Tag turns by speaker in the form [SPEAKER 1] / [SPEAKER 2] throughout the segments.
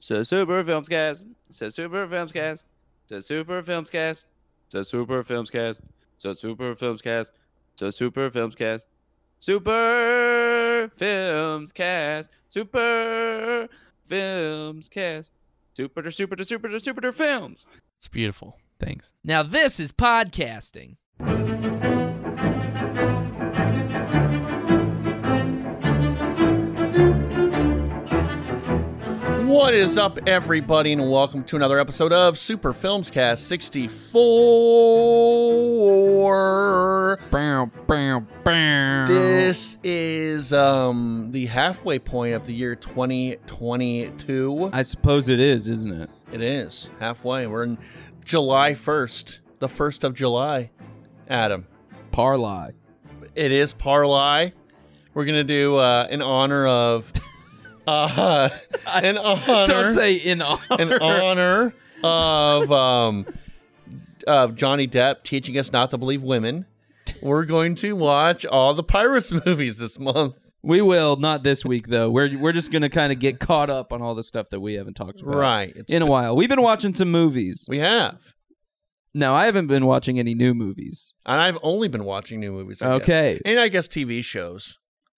[SPEAKER 1] to Super Filmscast, to Super Filmscast, to Super Filmscast, to Super Filmscast, to Super Filmscast, to Super Filmscast, Super Filmscast, Super Filmscast, Super to Super to Super to Super to Films.
[SPEAKER 2] It's beautiful. Thanks.
[SPEAKER 3] Now this is podcasting.
[SPEAKER 4] What is up, everybody, and welcome to another episode of Super Films Cast 64.
[SPEAKER 2] Bow, bow, bow.
[SPEAKER 4] This is um the halfway point of the year 2022.
[SPEAKER 1] I suppose it is, isn't it?
[SPEAKER 4] It is halfway. We're in July 1st, the 1st of July. Adam,
[SPEAKER 1] Parlay.
[SPEAKER 4] it is Parlay. We're going to do uh, in honor of. Uh, in honor.
[SPEAKER 2] Don't say in honor.
[SPEAKER 4] in honor of um of Johnny Depp teaching us not to believe women. We're going to watch all the Pirates movies this month.
[SPEAKER 2] we will not this week though. We're we're just gonna kind of get caught up on all the stuff that we haven't talked about
[SPEAKER 4] Right. It's,
[SPEAKER 2] in a while. We've been watching some movies.
[SPEAKER 4] we have.
[SPEAKER 2] No, I haven't been watching any new movies.
[SPEAKER 4] And I've only been watching new movies. I guess.
[SPEAKER 2] Okay,
[SPEAKER 4] And I guess TV shows.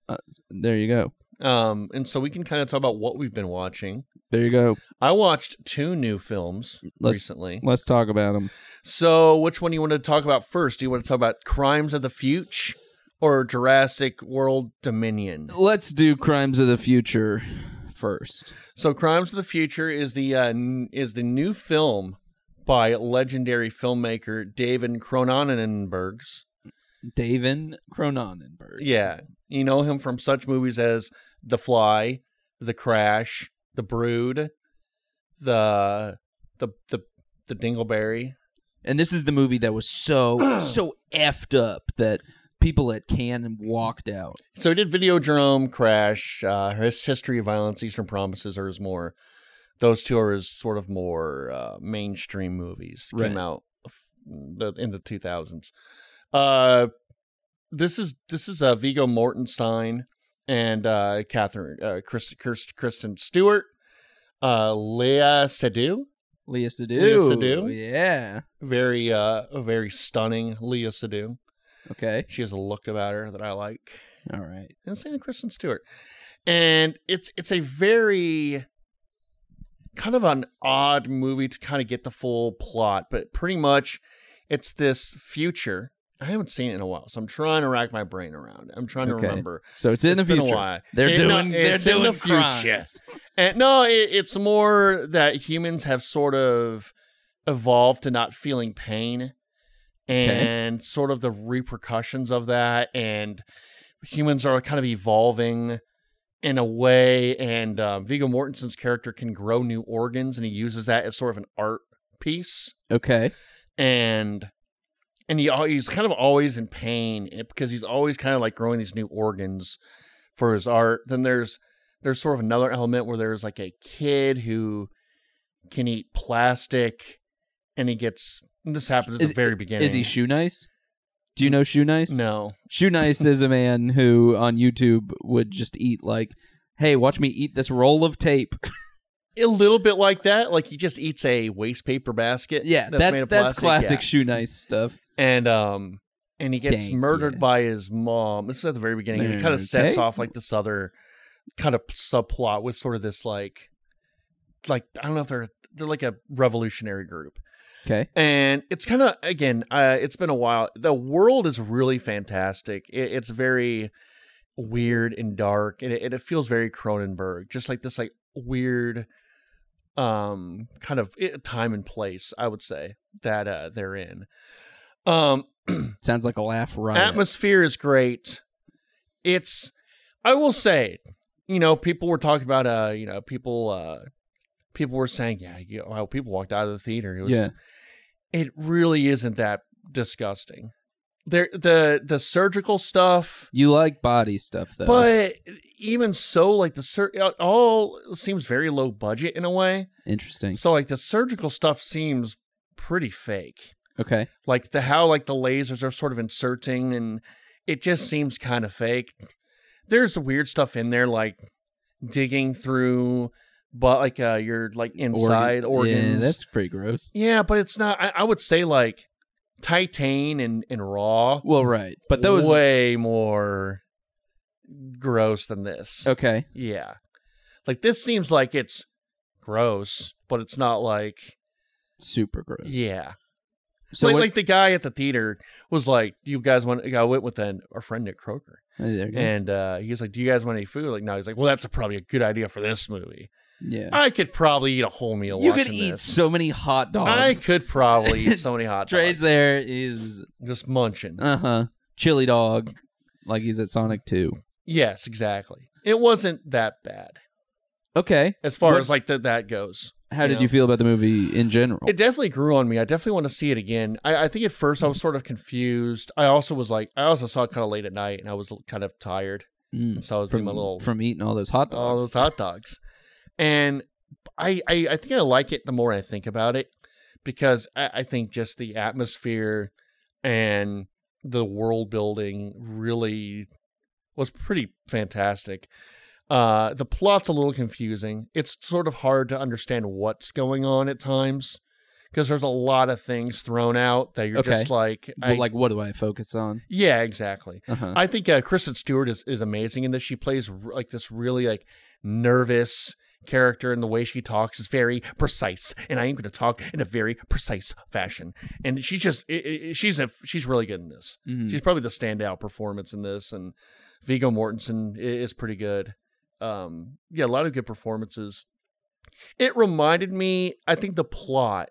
[SPEAKER 2] Uh, there you go.
[SPEAKER 4] Um, and so we can kind of talk about what we've been watching.
[SPEAKER 2] There you go.
[SPEAKER 4] I watched two new films
[SPEAKER 2] Let's-
[SPEAKER 4] recently.
[SPEAKER 2] Let's talk about them.
[SPEAKER 4] So, which one do you want to talk about first? Do you want to talk about Crimes of the Future or Jurassic World Dominion?
[SPEAKER 2] Let's do Crimes of the Future first.
[SPEAKER 4] So, Crimes of the Future is the uh, n- is the new film by legendary filmmaker David Cronenberg's.
[SPEAKER 2] Davin Cronenberg.
[SPEAKER 4] Yeah, you know him from such movies as The Fly, The Crash, The Brood, the the the the Dingleberry.
[SPEAKER 2] And this is the movie that was so so effed up that people at Cannes walked out.
[SPEAKER 4] So he did Videodrome, Crash, uh, his History of Violence, Eastern Promises are his more. Those two are his sort of more uh, mainstream movies. that Came
[SPEAKER 2] Right.
[SPEAKER 4] out f- the, in the two thousands. Uh, this is this is uh, Vigo Mortensen and uh, Catherine uh, Chris, Chris, Kristen Stewart, uh, Leah Seydoux,
[SPEAKER 2] Leah Sadu.
[SPEAKER 4] Leah Seydoux?
[SPEAKER 2] Yeah.
[SPEAKER 4] very uh, very stunning Leah Seydoux.
[SPEAKER 2] Okay.
[SPEAKER 4] She has a look about her that I like.
[SPEAKER 2] All right.
[SPEAKER 4] and Santa Kristen Stewart. And it's it's a very kind of an odd movie to kind of get the full plot, but pretty much it's this future. I haven't seen it in a while, so I'm trying to rack my brain around. it. I'm trying to
[SPEAKER 2] Okay.
[SPEAKER 4] remember.
[SPEAKER 2] So it's in
[SPEAKER 4] It's
[SPEAKER 2] the
[SPEAKER 4] been a
[SPEAKER 2] future.
[SPEAKER 4] while.
[SPEAKER 2] They're
[SPEAKER 4] It- no,
[SPEAKER 2] doing. they're
[SPEAKER 4] it's in the
[SPEAKER 2] doing
[SPEAKER 4] future.
[SPEAKER 2] crimes.
[SPEAKER 4] And Eh, no, it, it's more that humans have sort of evolved to not feeling pain and sort of the repercussions of that. And humans are kind of evolving in a way. And uh, Viggo Mortensen's character can grow new organs, and he uses that as sort of an art piece.
[SPEAKER 2] Okay.
[SPEAKER 4] And and he al- he's kind of always in pain eh, because he's always kind of like growing these new organs for his art. Then there's there's sort of another element where there's like a kid who can eat plastic, and he gets and this happens at
[SPEAKER 2] Is-
[SPEAKER 4] the very beginning.
[SPEAKER 2] Is he shoe nice? Do you know shoe nice?
[SPEAKER 4] Mm. no?
[SPEAKER 2] Shoe nice is a man who on YouTube would just eat like, hey, watch me eat this roll of tape.
[SPEAKER 4] A little bit like that. Like he just eats a waste paper basket.
[SPEAKER 2] yeah,
[SPEAKER 4] made
[SPEAKER 2] that's that's,
[SPEAKER 4] of plastic,
[SPEAKER 2] classic
[SPEAKER 4] yeah.
[SPEAKER 2] shoe nice stuff.
[SPEAKER 4] and um and he gets
[SPEAKER 2] Thank
[SPEAKER 4] murdered
[SPEAKER 2] you.
[SPEAKER 4] by his mom. This is at the very beginning, and it kind of sets
[SPEAKER 2] Okay.
[SPEAKER 4] off like this other kind of subplot with sort of this like like I don't know if they're they're like a revolutionary group.
[SPEAKER 2] Okay.
[SPEAKER 4] And it's kind of again, uh, it's been a while. The world is really fantastic. It, it's very weird and dark, and it, and it feels very Cronenberg, just like this like weird um kind of eh, time and place. I would say that uh, they're in. Um,
[SPEAKER 2] Sounds like a laugh riot.
[SPEAKER 4] atmosphere is great. It's I will say, you know, people were talking about uh, you know, people uh people were saying, yeah, you know, how people walked out of the theater. It was
[SPEAKER 2] Yeah.
[SPEAKER 4] it really isn't that disgusting. There the the surgical stuff
[SPEAKER 2] you like body stuff though.
[SPEAKER 4] but even so like the sur- it all seems very low budget in a way.
[SPEAKER 2] Interesting.
[SPEAKER 4] So like the surgical stuff seems pretty fake
[SPEAKER 2] Okay.
[SPEAKER 4] like the how like the lasers are sort of inserting and it just seems kind of fake there's weird stuff in there like digging through but like uh, your like inside
[SPEAKER 2] Yeah,
[SPEAKER 4] organs.
[SPEAKER 2] that's pretty gross.
[SPEAKER 4] Yeah, but it's not. I, I would say like Titan and and Raw,
[SPEAKER 2] Well, right, but those
[SPEAKER 4] way more gross than this.
[SPEAKER 2] okay.
[SPEAKER 4] Yeah, like this seems like it's gross, but it's not like
[SPEAKER 2] Super gross.
[SPEAKER 4] yeah.
[SPEAKER 2] So
[SPEAKER 4] like,
[SPEAKER 2] what-
[SPEAKER 4] like the guy at the theater was like, "You guys want?" I went with an, our friend Nick Croker.
[SPEAKER 2] Oh, there you go.
[SPEAKER 4] And uh, he was like, "Do you guys want any food?" Like, no. He's like, "Well, that's probably a good idea for this movie.
[SPEAKER 2] yeah.
[SPEAKER 4] I could probably eat a whole meal.
[SPEAKER 2] You could
[SPEAKER 4] watching
[SPEAKER 2] eat
[SPEAKER 4] this.
[SPEAKER 2] so many hot
[SPEAKER 4] I
[SPEAKER 2] dogs.
[SPEAKER 4] could probably eat so many hot
[SPEAKER 2] Trey's
[SPEAKER 4] dogs.
[SPEAKER 2] there is
[SPEAKER 4] just munching.
[SPEAKER 2] uh huh chili dog, like he's at Sonic Two.
[SPEAKER 4] yes, exactly. It wasn't that bad
[SPEAKER 2] Okay,
[SPEAKER 4] as far
[SPEAKER 2] What-
[SPEAKER 4] as like that that goes.
[SPEAKER 2] how
[SPEAKER 4] You
[SPEAKER 2] did
[SPEAKER 4] know.
[SPEAKER 2] you feel about the movie in general?
[SPEAKER 4] It definitely grew on me. I definitely want to see it again. I, I think at first I
[SPEAKER 2] Mm-hmm.
[SPEAKER 4] was sort of confused. I also was like, I also saw it kind of late at night, and I was kind of tired,
[SPEAKER 2] Mm,
[SPEAKER 4] so I was
[SPEAKER 2] from
[SPEAKER 4] doing a little
[SPEAKER 2] from eating all those hot
[SPEAKER 4] all
[SPEAKER 2] dogs.
[SPEAKER 4] those hot dogs. And I, I, I think I like it the more I think about it because I, I think just the atmosphere and the world building really was pretty fantastic. Uh, the plot's a little confusing. It's sort of hard to understand what's going on at times because there's a lot of things thrown out that you're
[SPEAKER 2] Okay.
[SPEAKER 4] just like, I,
[SPEAKER 2] Well, like, what do I focus on?
[SPEAKER 4] yeah, exactly.
[SPEAKER 2] Uh-huh.
[SPEAKER 4] I think uh, Kristen Stewart is, is amazing in this. She plays r- like this really like nervous character, and the way she talks is very precise. And I am going to talk in a very precise fashion. And she's just i i she's a, she's really good in this.
[SPEAKER 2] Mhm.
[SPEAKER 4] She's probably the standout performance in this. And Vigo Mortensen i- is pretty good. Um, yeah, a lot of good performances. It reminded me. I think the plot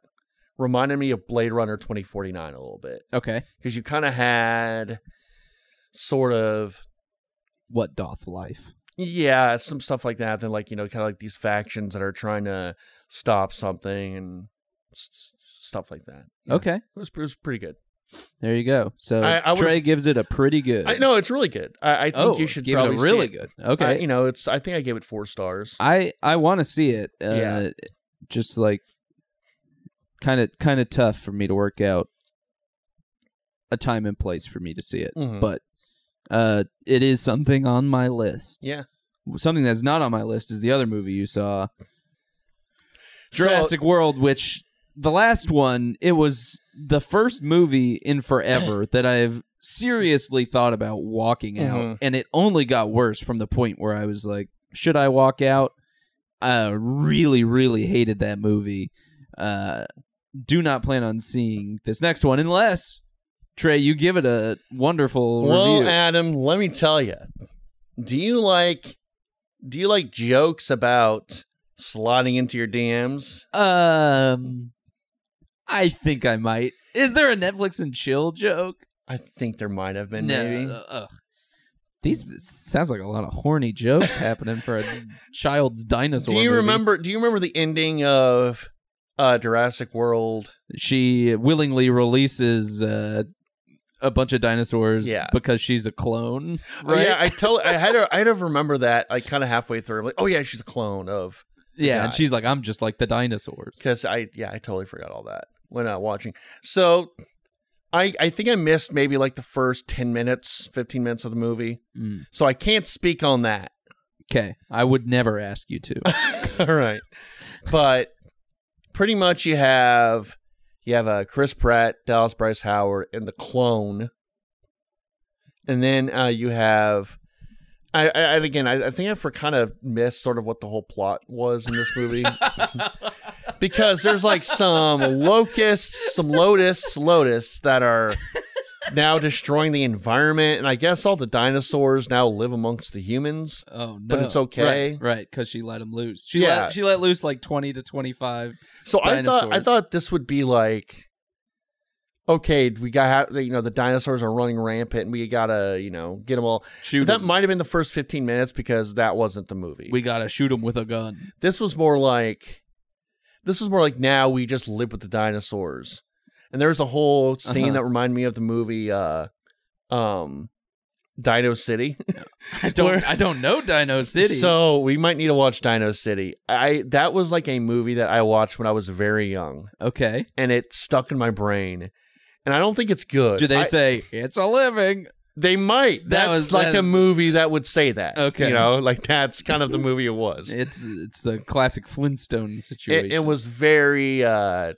[SPEAKER 4] reminded me of Blade Runner twenty forty nine a little bit
[SPEAKER 2] Okay,
[SPEAKER 4] because you kind of had sort of
[SPEAKER 2] what doth life?
[SPEAKER 4] yeah some stuff like that then like you know kind of like these factions that are trying to stop something and s- stuff like that Yeah.
[SPEAKER 2] Okay,
[SPEAKER 4] it was, it was pretty good
[SPEAKER 2] there you go. So
[SPEAKER 4] I- I would've-
[SPEAKER 2] Trey gives it a pretty good.
[SPEAKER 4] i know it's really good i, I think
[SPEAKER 2] oh,
[SPEAKER 4] you should
[SPEAKER 2] give
[SPEAKER 4] probably
[SPEAKER 2] it a
[SPEAKER 4] see
[SPEAKER 2] really
[SPEAKER 4] it.
[SPEAKER 2] good.
[SPEAKER 4] I-
[SPEAKER 2] Okay,
[SPEAKER 4] you know it's i think i gave it four stars
[SPEAKER 2] I I want to see it. Uh,
[SPEAKER 4] Yeah.
[SPEAKER 2] Just like kind of kind of tough for me to work out a time and place for me to see it,
[SPEAKER 4] Mhm.
[SPEAKER 2] but uh, it is something on my list.
[SPEAKER 4] yeah
[SPEAKER 2] Something that's not on my list is the other movie you saw,
[SPEAKER 4] So-
[SPEAKER 2] Jurassic World, which the last one it was the first movie in forever that I've seriously thought about walking
[SPEAKER 4] Mhm.
[SPEAKER 2] out, and it only got worse from the point where I was like, should I walk out? I really, really hated that movie. Uh, do not plan on seeing this next one unless Trey, you give it a wonderful
[SPEAKER 4] well
[SPEAKER 2] review.
[SPEAKER 4] adam let me tell you do you like do you like jokes about sliding into your dms
[SPEAKER 2] um, I think I might. Is there a Netflix and chill joke?
[SPEAKER 4] i think there might have been
[SPEAKER 2] No,
[SPEAKER 4] maybe
[SPEAKER 2] uh, ugh. These sounds like a lot of horny jokes happening for a child's dinosaur.
[SPEAKER 4] Do you
[SPEAKER 2] movie.
[SPEAKER 4] remember? Do you remember the ending of uh, Jurassic World?
[SPEAKER 2] she willingly releases uh, a bunch of dinosaurs
[SPEAKER 4] Yeah.
[SPEAKER 2] because she's a clone?
[SPEAKER 4] Oh,
[SPEAKER 2] Right?
[SPEAKER 4] yeah, I tell. I had. To, I had to remember that. Like kind of halfway through. I'm like, oh yeah, she's a clone of.
[SPEAKER 2] Yeah,
[SPEAKER 4] Yeah.
[SPEAKER 2] and she's like, I'm just like the dinosaurs.
[SPEAKER 4] Because I yeah, I totally forgot all that when I was watching. So, I I think I missed maybe like the first ten minutes, fifteen minutes of the movie.
[SPEAKER 2] Mm.
[SPEAKER 4] So I can't speak on that.
[SPEAKER 2] Okay, I would never ask you to.
[SPEAKER 4] all right, but pretty much you have you have uh, Chris Pratt, Dallas Bryce Howard, and the clone, and then uh, you have. I, I and again, I, I think I for kind of missed sort of what the whole plot was in this movie because there's like some locusts, some lotus, lotus that are now destroying the environment, and I guess all the dinosaurs now live amongst the humans.
[SPEAKER 2] Oh no!
[SPEAKER 4] But it's okay.
[SPEAKER 2] right? Because she let him loose. She
[SPEAKER 4] Yeah.
[SPEAKER 2] let, she let loose like twenty to twenty five.
[SPEAKER 4] So I thought I
[SPEAKER 2] Dinosaurs.
[SPEAKER 4] thought this would be like okay, we got you know the dinosaurs are running rampant and we got to, you know, get them all.
[SPEAKER 2] Shoot,
[SPEAKER 4] that
[SPEAKER 2] 'em.
[SPEAKER 4] might have been the first 15 minutes because that wasn't the movie.
[SPEAKER 2] we gotta shoot him with a gun.
[SPEAKER 4] this was more like this was more like now we just live with the dinosaurs. And there's a whole scene
[SPEAKER 2] Uh-huh.
[SPEAKER 4] that reminded me of the movie uh um Dino City.
[SPEAKER 2] I don't.
[SPEAKER 4] Where-
[SPEAKER 2] I don't know Dino City.
[SPEAKER 4] So we might need to watch Dino City. I that was like a movie that I watched when I was very young.
[SPEAKER 2] okay.
[SPEAKER 4] and it stuck in my brain. And I don't think it's good.
[SPEAKER 2] Do they
[SPEAKER 4] I-
[SPEAKER 2] say it's a living?
[SPEAKER 4] They might.
[SPEAKER 2] That
[SPEAKER 4] That's
[SPEAKER 2] was-
[SPEAKER 4] like
[SPEAKER 2] that-
[SPEAKER 4] a movie that would say that.
[SPEAKER 2] Okay.
[SPEAKER 4] You know, like that's kind of the movie it was. it,
[SPEAKER 2] It's it's the classic Flintstone situation.
[SPEAKER 4] it was very uh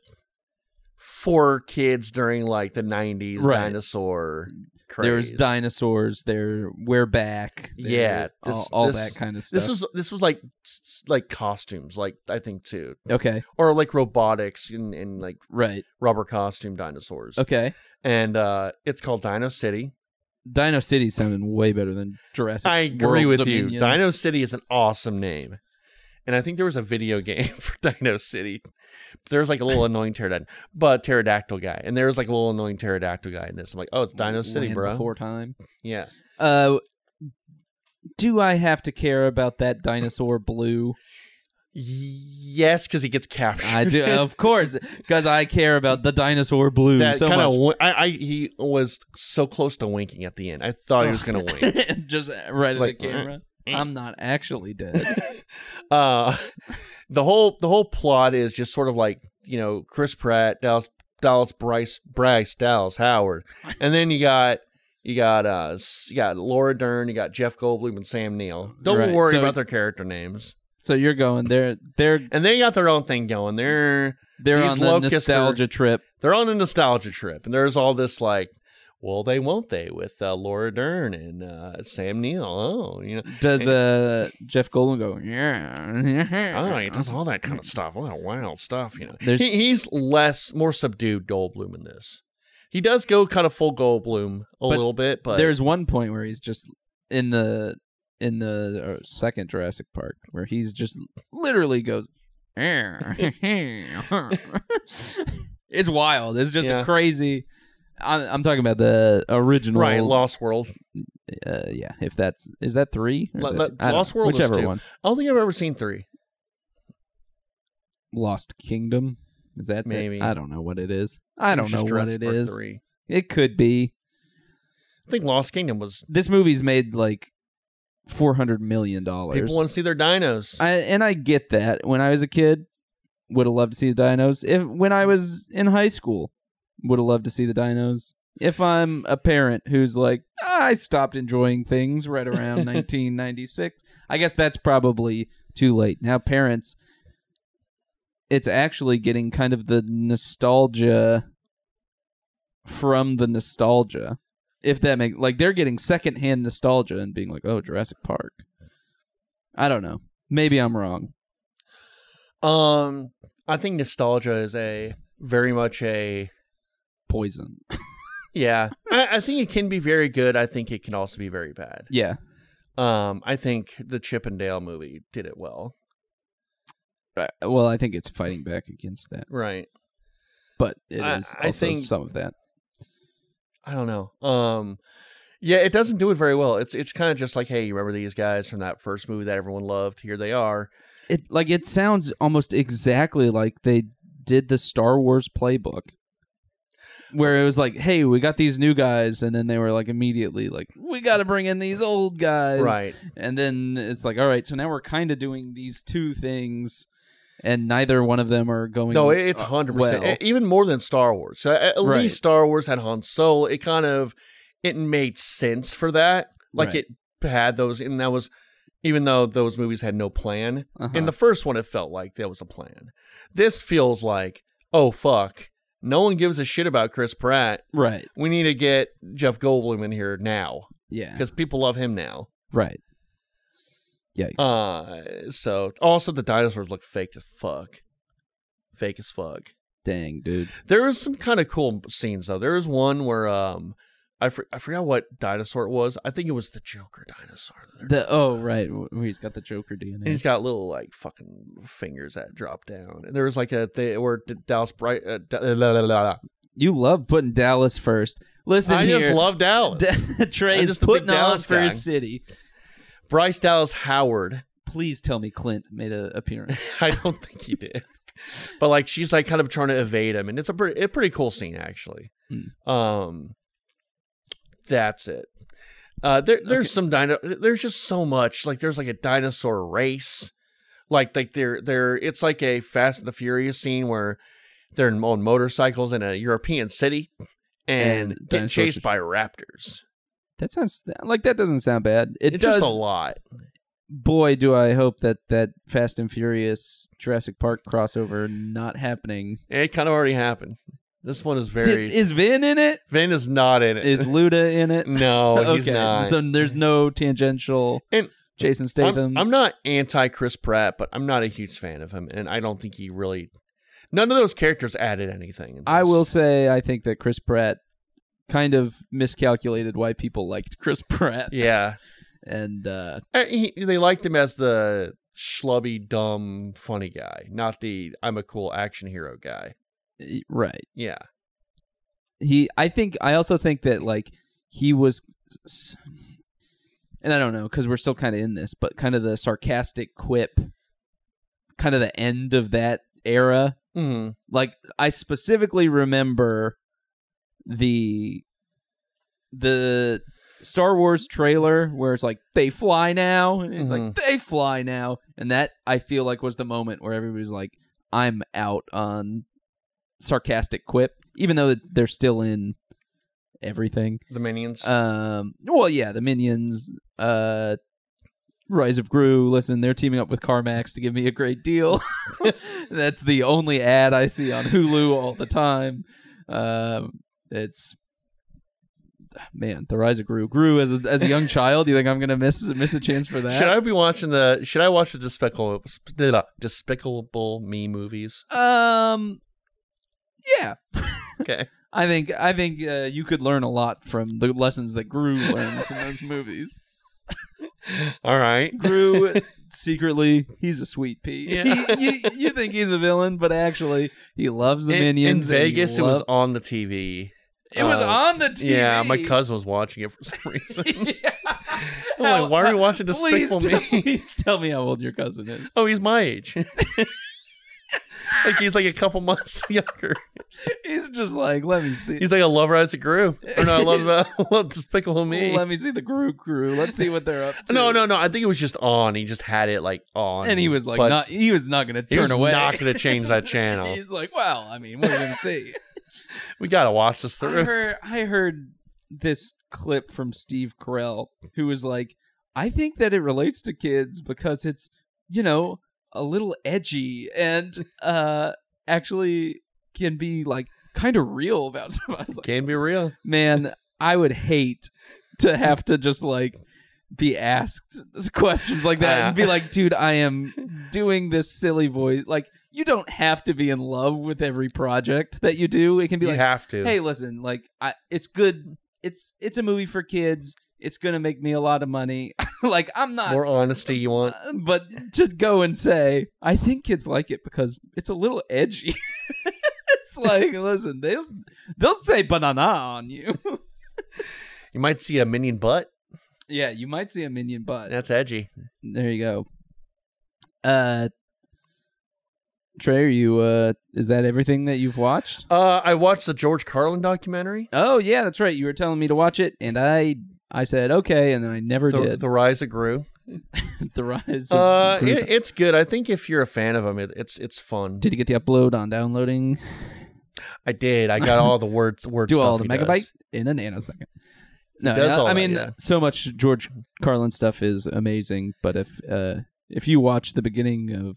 [SPEAKER 4] for kids during like the 90s
[SPEAKER 2] Right.
[SPEAKER 4] dinosaur craze.
[SPEAKER 2] There's dinosaurs. There, we're back. there-
[SPEAKER 4] Yeah,
[SPEAKER 2] all-
[SPEAKER 4] this-
[SPEAKER 2] all,
[SPEAKER 4] this-
[SPEAKER 2] that kind of stuff.
[SPEAKER 4] This was this was like s- like costumes, like I think too,
[SPEAKER 2] okay,
[SPEAKER 4] or like robotics and, and like
[SPEAKER 2] right?
[SPEAKER 4] rubber costume dinosaurs.
[SPEAKER 2] Okay,
[SPEAKER 4] And uh, it's called Dino City.
[SPEAKER 2] Dino City sounded way better than Jurassic.
[SPEAKER 4] I agree
[SPEAKER 2] World
[SPEAKER 4] with you.
[SPEAKER 2] Dominion.
[SPEAKER 4] Dino City is an awesome name. And I think there was a video game for Dino City. There was like a little annoying pterodactyl, but pterodactyl guy. And there was like a little annoying pterodactyl guy in this. I'm like, oh, it's Dino City,
[SPEAKER 2] Land
[SPEAKER 4] bro.
[SPEAKER 2] Before time.
[SPEAKER 4] Yeah.
[SPEAKER 2] Uh, do I have to care about that dinosaur blue?
[SPEAKER 4] Yes, because he gets captured.
[SPEAKER 2] I do, Oh, of course, because I care about the dinosaur blue
[SPEAKER 4] that
[SPEAKER 2] so
[SPEAKER 4] kind
[SPEAKER 2] much.
[SPEAKER 4] of, I, I, he was so close to winking at the end. I thought he was gonna
[SPEAKER 2] Oh.
[SPEAKER 4] wink.
[SPEAKER 2] Just right
[SPEAKER 4] Like,
[SPEAKER 2] at the camera.
[SPEAKER 4] eh.
[SPEAKER 2] I'm not actually dead.
[SPEAKER 4] uh the whole the whole plot is just sort of like you know chris pratt dallas dallas bryce bryce dallas howard and then you got you got uh s- you got laura dern you got jeff goldblum and sam neill don't
[SPEAKER 2] Right,
[SPEAKER 4] worry
[SPEAKER 2] so-
[SPEAKER 4] about their character names
[SPEAKER 2] so you're going there. They're
[SPEAKER 4] and they got their own thing going they're
[SPEAKER 2] they're
[SPEAKER 4] These
[SPEAKER 2] on the
[SPEAKER 4] locusts are-
[SPEAKER 2] nostalgia trip.
[SPEAKER 4] they're on a nostalgia trip and there's all this like well they won't they with uh, laura dern and uh sam neill oh you know
[SPEAKER 2] Does uh Jeff Goldblum go? Yeah.
[SPEAKER 4] Oh, he does all that kind of stuff. Wow, wild stuff, you know.
[SPEAKER 2] Uh-huh. There's-
[SPEAKER 4] He, he's less, more subdued Goldblum in this. He does go kind of full Goldblum a little bit, but
[SPEAKER 2] There's one point where he's just in the in the uh, second Jurassic Park where he's just literally goes. it's wild. It's just
[SPEAKER 4] Yeah.
[SPEAKER 2] a crazy. I'm, I'm talking about the original.
[SPEAKER 4] right Lost World.
[SPEAKER 2] Uh, yeah. If that's is that three? Or is
[SPEAKER 4] Lo-
[SPEAKER 2] that
[SPEAKER 4] lo-
[SPEAKER 2] two? I don't
[SPEAKER 4] Lost
[SPEAKER 2] know.
[SPEAKER 4] World is
[SPEAKER 2] Whichever
[SPEAKER 4] two.
[SPEAKER 2] one.
[SPEAKER 4] I don't think I've ever seen three.
[SPEAKER 2] Lost Kingdom. Is that it?
[SPEAKER 4] Maybe.
[SPEAKER 2] I don't know what it is. I don't
[SPEAKER 4] It's
[SPEAKER 2] know
[SPEAKER 4] just
[SPEAKER 2] what
[SPEAKER 4] Jurassic
[SPEAKER 2] it
[SPEAKER 4] Park
[SPEAKER 2] is.
[SPEAKER 4] Three.
[SPEAKER 2] It could be.
[SPEAKER 4] I think Lost Kingdom was.
[SPEAKER 2] This movie's made like four hundred million dollars.
[SPEAKER 4] People want to see their dinos.
[SPEAKER 2] I and I get that. When I was a kid, would have loved to see the dinos. If when I was in high school, would have loved to see the dinos. If I'm a parent who's like, "Ah, I stopped enjoying things right around 1996, I guess that's probably too late. Now, parents, it's actually getting kind of the nostalgia from the nostalgia. If that makes like they're getting secondhand nostalgia and being like, oh, Jurassic Park. I don't know. Maybe I'm wrong.
[SPEAKER 4] um, I think nostalgia is a very much a
[SPEAKER 2] Poison.
[SPEAKER 4] yeah. I, I think it can be very good. I think it can also be very bad.
[SPEAKER 2] Yeah.
[SPEAKER 4] Um, I think the Chip and Dale movie did it well.
[SPEAKER 2] Uh, Well, I think it's fighting back against that,
[SPEAKER 4] Right.
[SPEAKER 2] but it is
[SPEAKER 4] I- I
[SPEAKER 2] also
[SPEAKER 4] think-
[SPEAKER 2] some of that.
[SPEAKER 4] I don't know. Um yeah, it doesn't do it very well. It's it's kind of just like, hey, you remember these guys from that first movie that everyone loved? Here they are.
[SPEAKER 2] It like it sounds almost exactly like they did the Star Wars playbook, where it was like, "Hey, we got these new guys," and then they were like immediately like, "We got to bring in these old guys,"
[SPEAKER 4] right.
[SPEAKER 2] And then it's like, "All right, so now we're kind of doing these two things, and neither one of them are going."
[SPEAKER 4] No, it- it's
[SPEAKER 2] uh,
[SPEAKER 4] 100%.
[SPEAKER 2] well.
[SPEAKER 4] e- Even more than Star Wars. So at at
[SPEAKER 2] Right.
[SPEAKER 4] least Star Wars had Han Solo. It kind of it made sense for that. Like
[SPEAKER 2] Right.
[SPEAKER 4] it had those and that was even though those movies had no plan.
[SPEAKER 2] Uh-huh.
[SPEAKER 4] In the first one it felt like there was a plan. This feels like, oh fuck. No one gives a shit about Chris Pratt.
[SPEAKER 2] right,
[SPEAKER 4] We need to get Jeff Goldblum in here now.
[SPEAKER 2] yeah,
[SPEAKER 4] because people love him now.
[SPEAKER 2] right, yikes.
[SPEAKER 4] Uh, so also the dinosaurs look fake as fuck, fake as fuck.
[SPEAKER 2] Dang, dude.
[SPEAKER 4] There is some kind of cool scenes though. There is one where um, I for- I forgot what dinosaur it was. I think it was the Joker dinosaur. that they're-
[SPEAKER 2] The oh right, wh- he's got the Joker
[SPEAKER 4] and
[SPEAKER 2] DNA.
[SPEAKER 4] he's got little like fucking fingers that drop down. And there was like a thing where D- Dallas Bright. Uh, da- la- la- la- la- la.
[SPEAKER 2] You love putting Dallas first. Listen
[SPEAKER 4] I
[SPEAKER 2] here,
[SPEAKER 4] just love Dallas.
[SPEAKER 2] Da- Trey
[SPEAKER 4] I'm
[SPEAKER 2] is
[SPEAKER 4] just a big
[SPEAKER 2] putting on
[SPEAKER 4] Dallas
[SPEAKER 2] for
[SPEAKER 4] guy.
[SPEAKER 2] his city.
[SPEAKER 4] Bryce Dallas Howard
[SPEAKER 2] Please tell me Clint made an appearance.
[SPEAKER 4] I don't think he did. But like she's like kind of trying to evade him, and it's a pretty a pretty cool scene actually.
[SPEAKER 2] Hmm.
[SPEAKER 4] Um, that's it. Uh, there there's some dino. There's just so much. Like there's like a dinosaur race. Like like they're they're it's like a Fast and the Furious scene where they're on motorcycles in a European city and,
[SPEAKER 2] And
[SPEAKER 4] getting
[SPEAKER 2] dinosaurs
[SPEAKER 4] chased
[SPEAKER 2] are-
[SPEAKER 4] by raptors.
[SPEAKER 2] That sounds like that doesn't sound bad. It
[SPEAKER 4] it's
[SPEAKER 2] does.
[SPEAKER 4] just a lot.
[SPEAKER 2] boy, do I hope that that Fast and Furious Jurassic Park crossover not happening.
[SPEAKER 4] It kind of already happened. This one is very.
[SPEAKER 2] Did, is Vin in it?
[SPEAKER 4] Vin is not in it.
[SPEAKER 2] Is Luda in it?
[SPEAKER 4] no, he's not.
[SPEAKER 2] So there's no tangential
[SPEAKER 4] And-
[SPEAKER 2] Jason
[SPEAKER 4] I'm-
[SPEAKER 2] Statham.
[SPEAKER 4] I'm, not anti Chris Pratt, but I'm not a huge fan of him, and I don't think he really. None of those characters added anything. in
[SPEAKER 2] I
[SPEAKER 4] this.
[SPEAKER 2] will say I think that Chris Pratt kind of miscalculated why people liked Chris Pratt.
[SPEAKER 4] Yeah,
[SPEAKER 2] And uh
[SPEAKER 4] Uh, he, they liked him as the schlubby, dumb, funny guy, not the I'm a cool action hero guy.
[SPEAKER 2] right.
[SPEAKER 4] Yeah,
[SPEAKER 2] He I think I also think that like he was s- and I don't know cuz we're still kind of in this, but kind of the sarcastic quip kind of the end of that era
[SPEAKER 4] mm,
[SPEAKER 2] like I specifically remember the the Star Wars trailer where it's like they fly now and it's like
[SPEAKER 4] Mhm.
[SPEAKER 2] they fly now and that I feel like was the moment where everybody's like I'm out on sarcastic quip even though it- they're still in everything
[SPEAKER 4] the minions.
[SPEAKER 2] um well yeah the minions uh Rise of Gru, listen, they're teaming up with CarMax to give me a great deal. That's the only ad I see on Hulu all the time. Um, it's man, the Rise of Gru. Gru as a, as a young child, you think I'm gonna miss miss a chance for that?
[SPEAKER 4] should I be watching the? Should I watch the Despicable sp- blah, Despicable Me movies?
[SPEAKER 2] Um, yeah,
[SPEAKER 4] Okay,
[SPEAKER 2] I think I think uh, you could learn a lot from the lessons that Gru learns in those movies.
[SPEAKER 4] all right.
[SPEAKER 2] Gru secretly, he's a sweet pea.
[SPEAKER 4] Yeah.
[SPEAKER 2] He- you, you think he's a villain, but actually, he loves the
[SPEAKER 4] In- in,
[SPEAKER 2] minions. and he
[SPEAKER 4] Vegas, it was
[SPEAKER 2] lo-
[SPEAKER 4] on the TV.
[SPEAKER 2] It was
[SPEAKER 4] uh,
[SPEAKER 2] on the TV.
[SPEAKER 4] Yeah, my cousin was watching it for some reason.
[SPEAKER 2] yeah.
[SPEAKER 4] I'm like, why are we watching
[SPEAKER 2] Please
[SPEAKER 4] Despicable
[SPEAKER 2] tell,
[SPEAKER 4] Me?
[SPEAKER 2] please tell me how old your cousin is.
[SPEAKER 4] Oh, he's my age. like he's like a couple months younger.
[SPEAKER 2] He's just like, let me see.
[SPEAKER 4] He's like I love Rise of Gru. Or no, I love uh, I love Despicable Me.
[SPEAKER 2] Let me see the Gru crew. Let's see what they're up to.
[SPEAKER 4] No, no, no. I think it was just on. He just had it like on,
[SPEAKER 2] And he was like,
[SPEAKER 4] but
[SPEAKER 2] not, he was not going to
[SPEAKER 4] he
[SPEAKER 2] turn
[SPEAKER 4] was
[SPEAKER 2] away.
[SPEAKER 4] Not going to change that
[SPEAKER 2] And
[SPEAKER 4] channel.
[SPEAKER 2] he's like, well, I mean, what are we going to see?
[SPEAKER 4] we got to watch this
[SPEAKER 2] I
[SPEAKER 4] through.
[SPEAKER 2] heard I heard this clip from Steve Carell who was like, I think that it relates to kids because it's, you know, a little edgy and uh actually can be like kind of real about stuff. I was like,
[SPEAKER 4] Can be real.
[SPEAKER 2] man, I would hate to have to just like be asked questions like that and be like, dude, I am doing this silly voice. Like, you don't have to be in love with every project that you do. It can be
[SPEAKER 4] You
[SPEAKER 2] like,
[SPEAKER 4] have to.
[SPEAKER 2] hey listen like I, it's good it's it's a movie for kids it's gonna make me a lot of money like i'm not
[SPEAKER 4] More honesty you want.
[SPEAKER 2] uh, but to go and say i think kids like it because it's a little edgy it's like listen they'll they'll say banana on you
[SPEAKER 4] You might see a minion butt.
[SPEAKER 2] yeah you might see a minion butt
[SPEAKER 4] That's edgy.
[SPEAKER 2] there you go uh trey are you uh is that everything that you've watched
[SPEAKER 4] Uh, I watched the George Carlin documentary,
[SPEAKER 2] oh yeah that's right you were telling me to watch it and i i said okay and then i never
[SPEAKER 4] the,
[SPEAKER 2] did
[SPEAKER 4] the Rise of Gru.
[SPEAKER 2] the rise of
[SPEAKER 4] Uh,
[SPEAKER 2] Groot.
[SPEAKER 4] it, it's good. I think if you're a fan of him, it, it's it's fun.
[SPEAKER 2] did you get the upload on downloading
[SPEAKER 4] I did. I got all the words. Word
[SPEAKER 2] do
[SPEAKER 4] stuff
[SPEAKER 2] all the
[SPEAKER 4] he
[SPEAKER 2] megabyte
[SPEAKER 4] does.
[SPEAKER 2] in a nanosecond no
[SPEAKER 4] does
[SPEAKER 2] I,
[SPEAKER 4] all
[SPEAKER 2] I
[SPEAKER 4] that,
[SPEAKER 2] mean
[SPEAKER 4] yeah.
[SPEAKER 2] so much george carlin stuff is amazing but if uh if you watch the beginning of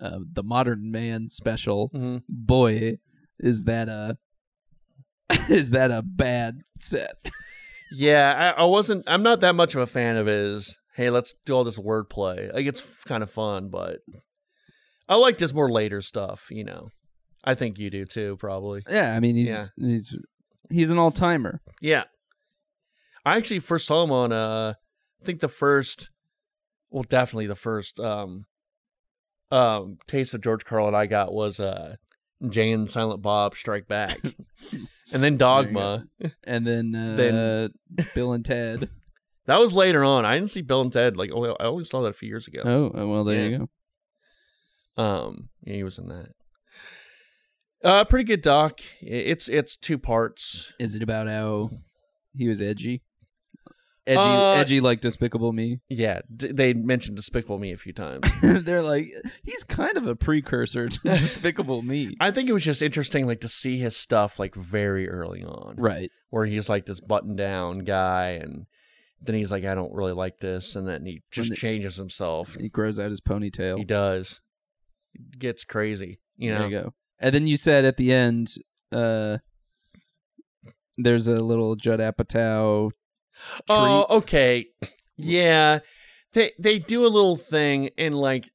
[SPEAKER 2] uh, the modern man special
[SPEAKER 4] Mhm.
[SPEAKER 2] boy is that a is that a bad set
[SPEAKER 4] Yeah, I, I wasn't. I'm not that much of a fan of his. Hey, let's do all this wordplay. Like it's kind of fun, but I liked his more later stuff. You know, I think you do too, probably.
[SPEAKER 2] yeah i mean he's he's he's an all-timer
[SPEAKER 4] Yeah, I actually first saw him on. Uh, I think the first, well, definitely the first um, um, taste of George Carlin I got was uh, Jay and Silent Bob Strike Back, and then Dogma.
[SPEAKER 2] and then uh bill and ted
[SPEAKER 4] That was later on. I didn't see Bill and Ted. Like, oh, I only saw that a few years ago.
[SPEAKER 2] oh oh, well there
[SPEAKER 4] Yeah.
[SPEAKER 2] you go
[SPEAKER 4] Um, yeah, he was in that. Uh, pretty good doc. I- It's it's two parts.
[SPEAKER 2] Is it about how he was edgy? Edgy,
[SPEAKER 4] Uh,
[SPEAKER 2] edgy like Despicable Me.
[SPEAKER 4] Yeah, d- they mentioned Despicable Me a few times.
[SPEAKER 2] They're like, he's kind of a precursor to Despicable Me.
[SPEAKER 4] I think it was just interesting, like to see his stuff like very early on,
[SPEAKER 2] Right.
[SPEAKER 4] where he's like this button down guy, and Then he's like, I don't really like this, and then he just
[SPEAKER 2] When the-
[SPEAKER 4] changes himself.
[SPEAKER 2] He grows out his ponytail.
[SPEAKER 4] He does. It gets crazy. You know.
[SPEAKER 2] There you go. And then you said at the end, uh, there's a little Judd Apatow.
[SPEAKER 4] Oh, okay. Yeah. They they do a little thing in like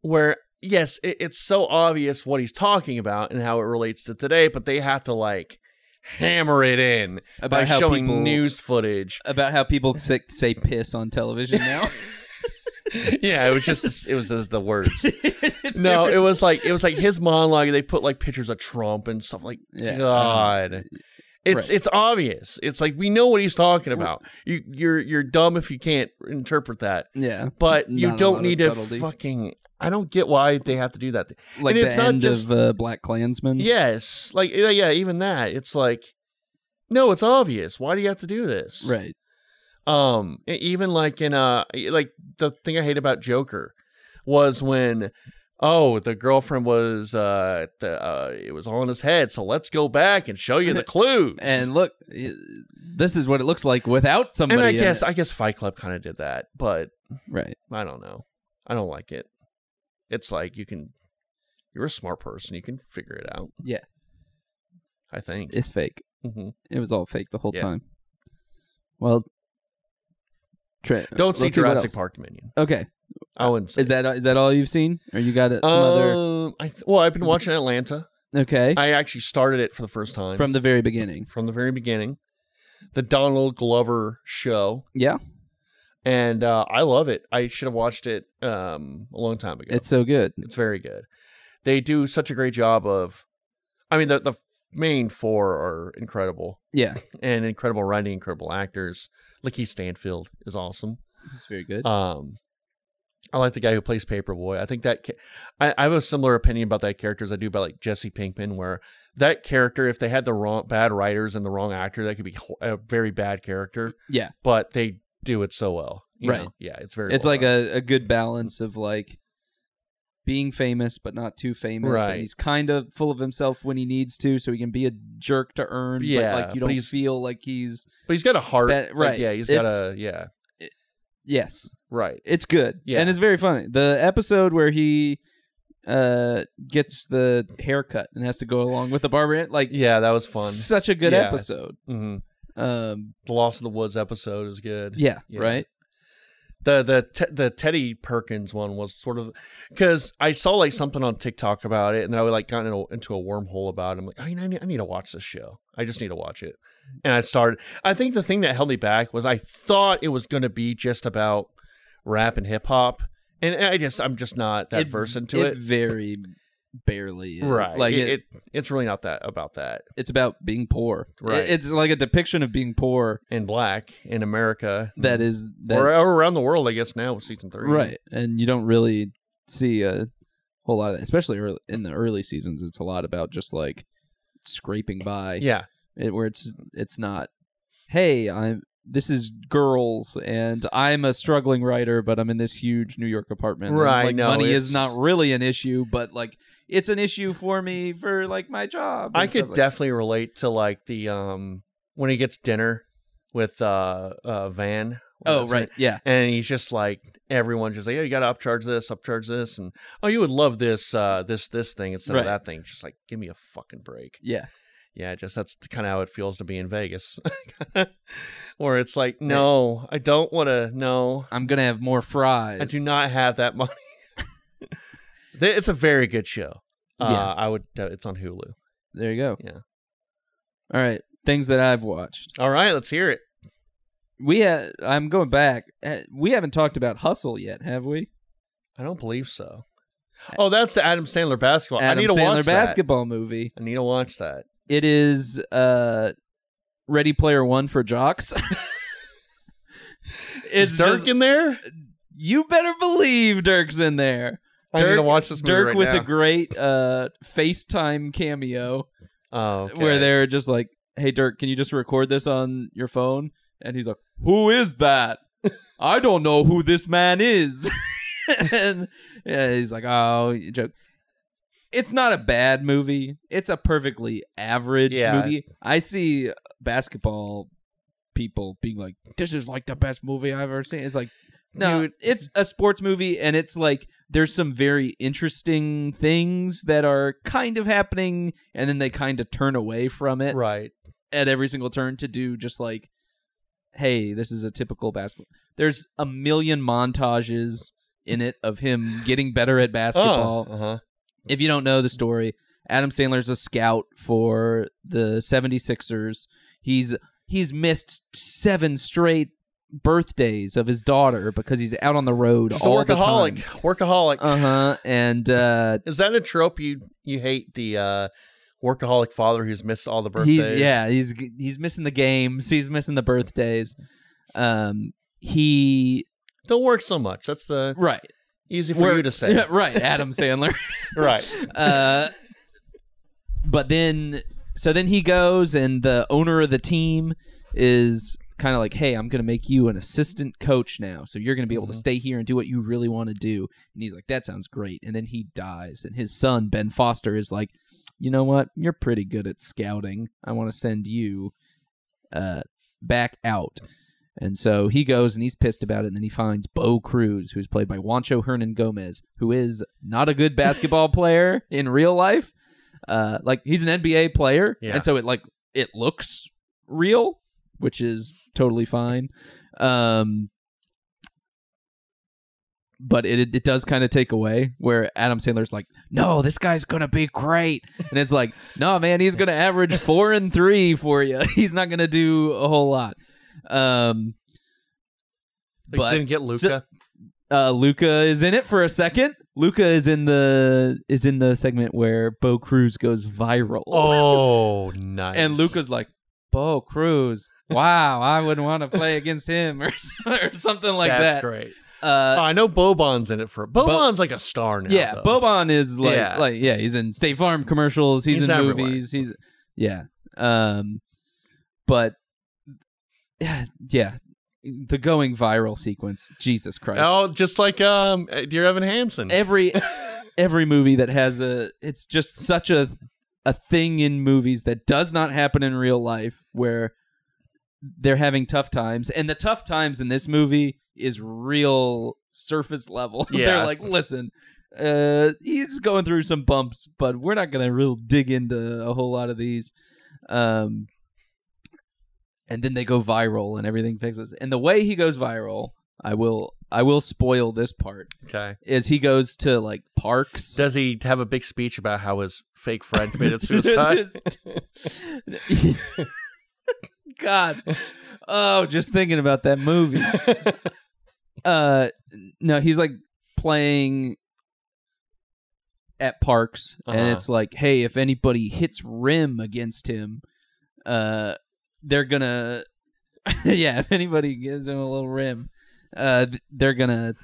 [SPEAKER 4] where yes, it, it's so obvious what he's talking about and how it relates to today, but they have to like hammer it in
[SPEAKER 2] about
[SPEAKER 4] by
[SPEAKER 2] how
[SPEAKER 4] showing
[SPEAKER 2] people,
[SPEAKER 4] news footage.
[SPEAKER 2] about how people say, say piss on television now.
[SPEAKER 4] yeah, it was just it was just the words. No, it was like it was like his monologue. and They put like pictures of Trump and stuff like
[SPEAKER 2] Yeah.
[SPEAKER 4] God. It's
[SPEAKER 2] Right.
[SPEAKER 4] it's obvious. It's like we know what he's talking about. You you're you're dumb if you can't interpret that.
[SPEAKER 2] yeah,
[SPEAKER 4] but you
[SPEAKER 2] Not a lot
[SPEAKER 4] don't
[SPEAKER 2] of
[SPEAKER 4] need to
[SPEAKER 2] subtlety. Mm.
[SPEAKER 4] fucking. I don't get why they have to do that.
[SPEAKER 2] like
[SPEAKER 4] And
[SPEAKER 2] the
[SPEAKER 4] it's not
[SPEAKER 2] end
[SPEAKER 4] just-
[SPEAKER 2] of uh, Black Klansman.
[SPEAKER 4] Yes, like yeah, yeah, even that. It's like, no, it's obvious. Why do you have to do this?
[SPEAKER 2] right.
[SPEAKER 4] Um, e- even like in uh, like the thing I hate about Joker was when, oh, the girlfriend was uh, the, uh it was on his head. So let's go back and show you the clues.
[SPEAKER 2] And look, i- this is what it looks like without somebody.
[SPEAKER 4] and I
[SPEAKER 2] in
[SPEAKER 4] guess
[SPEAKER 2] it.
[SPEAKER 4] I guess Fight Club kind of did that, but
[SPEAKER 2] right.
[SPEAKER 4] I don't know. I don't like it. It's like you can you're a smart person, you can figure it out.
[SPEAKER 2] Yeah.
[SPEAKER 4] I think.
[SPEAKER 2] It's fake.
[SPEAKER 4] Mhm.
[SPEAKER 2] It was all fake the whole
[SPEAKER 4] Yeah.
[SPEAKER 2] time. Well, Tre-
[SPEAKER 4] Don't see
[SPEAKER 2] let's what
[SPEAKER 4] Jurassic
[SPEAKER 2] else.
[SPEAKER 4] Park Dominion.
[SPEAKER 2] Okay,
[SPEAKER 4] I wouldn't say
[SPEAKER 2] is that is that all you've seen, or you got it, some other?
[SPEAKER 4] Um, I th- well, I've been watching Atlanta.
[SPEAKER 2] Okay,
[SPEAKER 4] I actually started it for the first time
[SPEAKER 2] from the very beginning.
[SPEAKER 4] from the very beginning. The Donald Glover show,
[SPEAKER 2] Yeah,
[SPEAKER 4] and uh, I love it. I should have watched it um, a long time ago.
[SPEAKER 2] it's so good.
[SPEAKER 4] It's very good. They do such a great job of. I mean, the the main four are incredible
[SPEAKER 2] Yeah,
[SPEAKER 4] and incredible writing, incredible actors. Lakeith Stanfield is awesome.
[SPEAKER 2] it's very good.
[SPEAKER 4] Um, I like the guy who plays Paperboy. I think that ca- I, I have a similar opinion about that character as I do about like Jesse Pinkman, where that character, if they had the wrong bad writers and the wrong actor, that could be ho- a very bad character.
[SPEAKER 2] yeah,
[SPEAKER 4] But they do it so well, you
[SPEAKER 2] Right.
[SPEAKER 4] know? Yeah, it's very.
[SPEAKER 2] it's
[SPEAKER 4] well
[SPEAKER 2] like
[SPEAKER 4] done.
[SPEAKER 2] a, a good balance of like being famous but not too famous.
[SPEAKER 4] Right.
[SPEAKER 2] And he's kind of full of himself when he needs to, so he can be a jerk to earn.
[SPEAKER 4] Yeah,
[SPEAKER 2] but like you
[SPEAKER 4] but
[SPEAKER 2] don't
[SPEAKER 4] he's-
[SPEAKER 2] feel like he's
[SPEAKER 4] but he's got a heart,
[SPEAKER 2] that-
[SPEAKER 4] Like,
[SPEAKER 2] right.
[SPEAKER 4] yeah, he's got
[SPEAKER 2] It's-
[SPEAKER 4] a yeah,
[SPEAKER 2] yes.
[SPEAKER 4] right.
[SPEAKER 2] It's good.
[SPEAKER 4] Yeah.
[SPEAKER 2] And it's very funny. The episode where he uh gets the haircut and has to go along with the barber like
[SPEAKER 4] Yeah, that was fun.
[SPEAKER 2] such a good
[SPEAKER 4] Yeah.
[SPEAKER 2] episode.
[SPEAKER 4] hmm
[SPEAKER 2] Um
[SPEAKER 4] The Lost in the Woods episode is good.
[SPEAKER 2] yeah,
[SPEAKER 4] Yeah.
[SPEAKER 2] right?
[SPEAKER 4] the the te- the Teddy Perkins one was sort of because I saw like something on TikTok about it, and then I like got in a- into a wormhole about it. I'm like, I I need, I need to watch this show. I just need to watch it, and I started. I think the thing that held me back was I thought it was going to be just about rap and hip hop, and I just I'm just not that versed into it.
[SPEAKER 2] very barely is.
[SPEAKER 4] Right,
[SPEAKER 2] Like
[SPEAKER 4] like it, it, it's really not that about that.
[SPEAKER 2] it's about being poor.
[SPEAKER 4] Right.
[SPEAKER 2] It- it's like a depiction of being poor
[SPEAKER 4] In black in America,
[SPEAKER 2] that is that
[SPEAKER 4] or, or around the world, I guess now with season three,
[SPEAKER 2] right. And you don't really see a whole lot of that, especially early, in the early seasons. It's a lot about just like scraping by.
[SPEAKER 4] Yeah,
[SPEAKER 2] it, where it's it's not hey i'm this is girls and i'm a struggling writer but i'm in this huge new york apartment and,
[SPEAKER 4] Right,
[SPEAKER 2] like
[SPEAKER 4] no,
[SPEAKER 2] money
[SPEAKER 4] it's-
[SPEAKER 2] is not really an issue but like it's an issue for me for like my job
[SPEAKER 4] I
[SPEAKER 2] and
[SPEAKER 4] could
[SPEAKER 2] stuff like-
[SPEAKER 4] definitely relate to like the um when he gets dinner with uh uh Van.
[SPEAKER 2] oh
[SPEAKER 4] That's
[SPEAKER 2] right yeah
[SPEAKER 4] And he's just like everyone just like, oh, you gotta upcharge this, upcharge this, and oh, you would love this, uh, this, this thing instead of
[SPEAKER 2] Right.
[SPEAKER 4] that thing. It's Just like, give me a fucking break.
[SPEAKER 2] yeah
[SPEAKER 4] Yeah, just that's kind of how it feels to be in Vegas, where it's like, no, I don't want to. No,
[SPEAKER 2] i'm gonna have more fries
[SPEAKER 4] I do not have that money. Th- it's a very good show. Uh,
[SPEAKER 2] Yeah.
[SPEAKER 4] I would. It's on Hulu.
[SPEAKER 2] there you go
[SPEAKER 4] Yeah.
[SPEAKER 2] all right things that i've watched
[SPEAKER 4] All right, let's hear it.
[SPEAKER 2] we ha- i'm going back Uh, we haven't talked about hustle yet have we
[SPEAKER 4] I don't believe so. Oh, that's the Adam Sandler basketball.
[SPEAKER 2] adam
[SPEAKER 4] I need to
[SPEAKER 2] sandler
[SPEAKER 4] watch
[SPEAKER 2] basketball movie
[SPEAKER 4] that. I need to watch that.
[SPEAKER 2] it is uh ready player one for jocks
[SPEAKER 4] Is
[SPEAKER 2] it's
[SPEAKER 4] Dirk
[SPEAKER 2] just-
[SPEAKER 4] in there?
[SPEAKER 2] you better believe dirk's in there
[SPEAKER 4] I need to
[SPEAKER 2] Dirk-
[SPEAKER 4] watch this movie
[SPEAKER 2] dirk
[SPEAKER 4] right
[SPEAKER 2] with
[SPEAKER 4] now.
[SPEAKER 2] the great uh facetime cameo
[SPEAKER 4] oh, okay.
[SPEAKER 2] where they're just like hey dirk can you just record this on your phone and he's like who is that i don't know who this man is and yeah, he's like oh you joke it's not a bad movie. It's a perfectly average
[SPEAKER 4] Yeah.
[SPEAKER 2] movie. I see basketball people being like, "This is like the best movie I've ever seen." It's like, no,
[SPEAKER 4] Dude.
[SPEAKER 2] it's a sports movie, and it's like there's some very interesting things that are kind of happening, and then they kind of turn away from it
[SPEAKER 4] Right.
[SPEAKER 2] at every single turn to do just like, "Hey, this is a typical basketball." There's a million montages in it of him getting better at basketball uh-huh.
[SPEAKER 4] Uh huh.
[SPEAKER 2] if you don't know the story, Adam Sandler's a scout for the 76ers. He's he's missed seven straight birthdays of his daughter because he's out on the road
[SPEAKER 4] Just a
[SPEAKER 2] all the
[SPEAKER 4] workaholic.
[SPEAKER 2] time.
[SPEAKER 4] Workaholic.
[SPEAKER 2] Uh-huh. And uh
[SPEAKER 4] Is that a trope you you hate the uh, workaholic father who's missed all the
[SPEAKER 2] he,
[SPEAKER 4] birthdays?
[SPEAKER 2] yeah, he's he's missing the games, he's missing the birthdays. Um he
[SPEAKER 4] Don't work so much. That's the
[SPEAKER 2] right.
[SPEAKER 4] easy for you to say.
[SPEAKER 2] right, Adam Sandler.
[SPEAKER 4] right.
[SPEAKER 2] Uh, but then so then he goes and the owner of the team is kind of like hey i'm going to make you an assistant coach now so you're going to be able to
[SPEAKER 4] Mhm.
[SPEAKER 2] stay here and do what you really want to do and he's like that sounds great and then he dies and his son ben foster is like you know what you're pretty good at scouting i want to send you uh, back out and so he goes and he's pissed about it and then he finds bo cruz who's played by juancho hernan gomez who is not a good basketball player in real life uh, like he's an nba player
[SPEAKER 4] Yeah.
[SPEAKER 2] and so it like it looks real, which is totally fine. Um, but it it does kind of take away where Adam Sandler's like, no, this guy's gonna be great, and it's like, no, man, he's gonna average four and three for you. He's not gonna do a whole lot. Um,
[SPEAKER 4] Like,
[SPEAKER 2] But-
[SPEAKER 4] didn't get Luca.
[SPEAKER 2] uh, Luca is in it for a second. Luca is in the is in the segment where Bo Cruz goes viral.
[SPEAKER 4] oh, nice.
[SPEAKER 2] And Luca's like, Bo Cruz. Wow, I wouldn't want to play against him or, or something like
[SPEAKER 4] That's
[SPEAKER 2] that.
[SPEAKER 4] great.
[SPEAKER 2] Uh,
[SPEAKER 4] Oh, I know Bobon's in it for Bobon's like a star now.
[SPEAKER 2] yeah,
[SPEAKER 4] though.
[SPEAKER 2] Boban is like,
[SPEAKER 4] Yeah.
[SPEAKER 2] like, yeah, he's in State Farm commercials. He's,
[SPEAKER 4] He's
[SPEAKER 2] in
[SPEAKER 4] everywhere.
[SPEAKER 2] movies. He's, yeah. Um, but yeah, yeah, the going viral sequence. Jesus Christ!
[SPEAKER 4] Oh, just like um, dear Evan Hansen.
[SPEAKER 2] Every every movie that has a, it's just such a a thing in movies that does not happen in real life where they're having tough times and the tough times in this movie is real surface level
[SPEAKER 4] Yeah.
[SPEAKER 2] they're like listen uh he's going through some bumps but we're not gonna real dig into a whole lot of these um and then they go viral and everything fixes and the way he goes viral i will i will spoil this part
[SPEAKER 4] okay.
[SPEAKER 2] is he goes to like parks
[SPEAKER 4] Does he have a big speech about how his fake friend committed suicide?
[SPEAKER 2] Just- God. Oh, just thinking about that movie. Uh no, he's like playing at parks and
[SPEAKER 4] Uh-huh.
[SPEAKER 2] it's like, hey, if anybody hits rim against him, uh they're gonna Yeah, if anybody gives him a little rim, uh th- they're gonna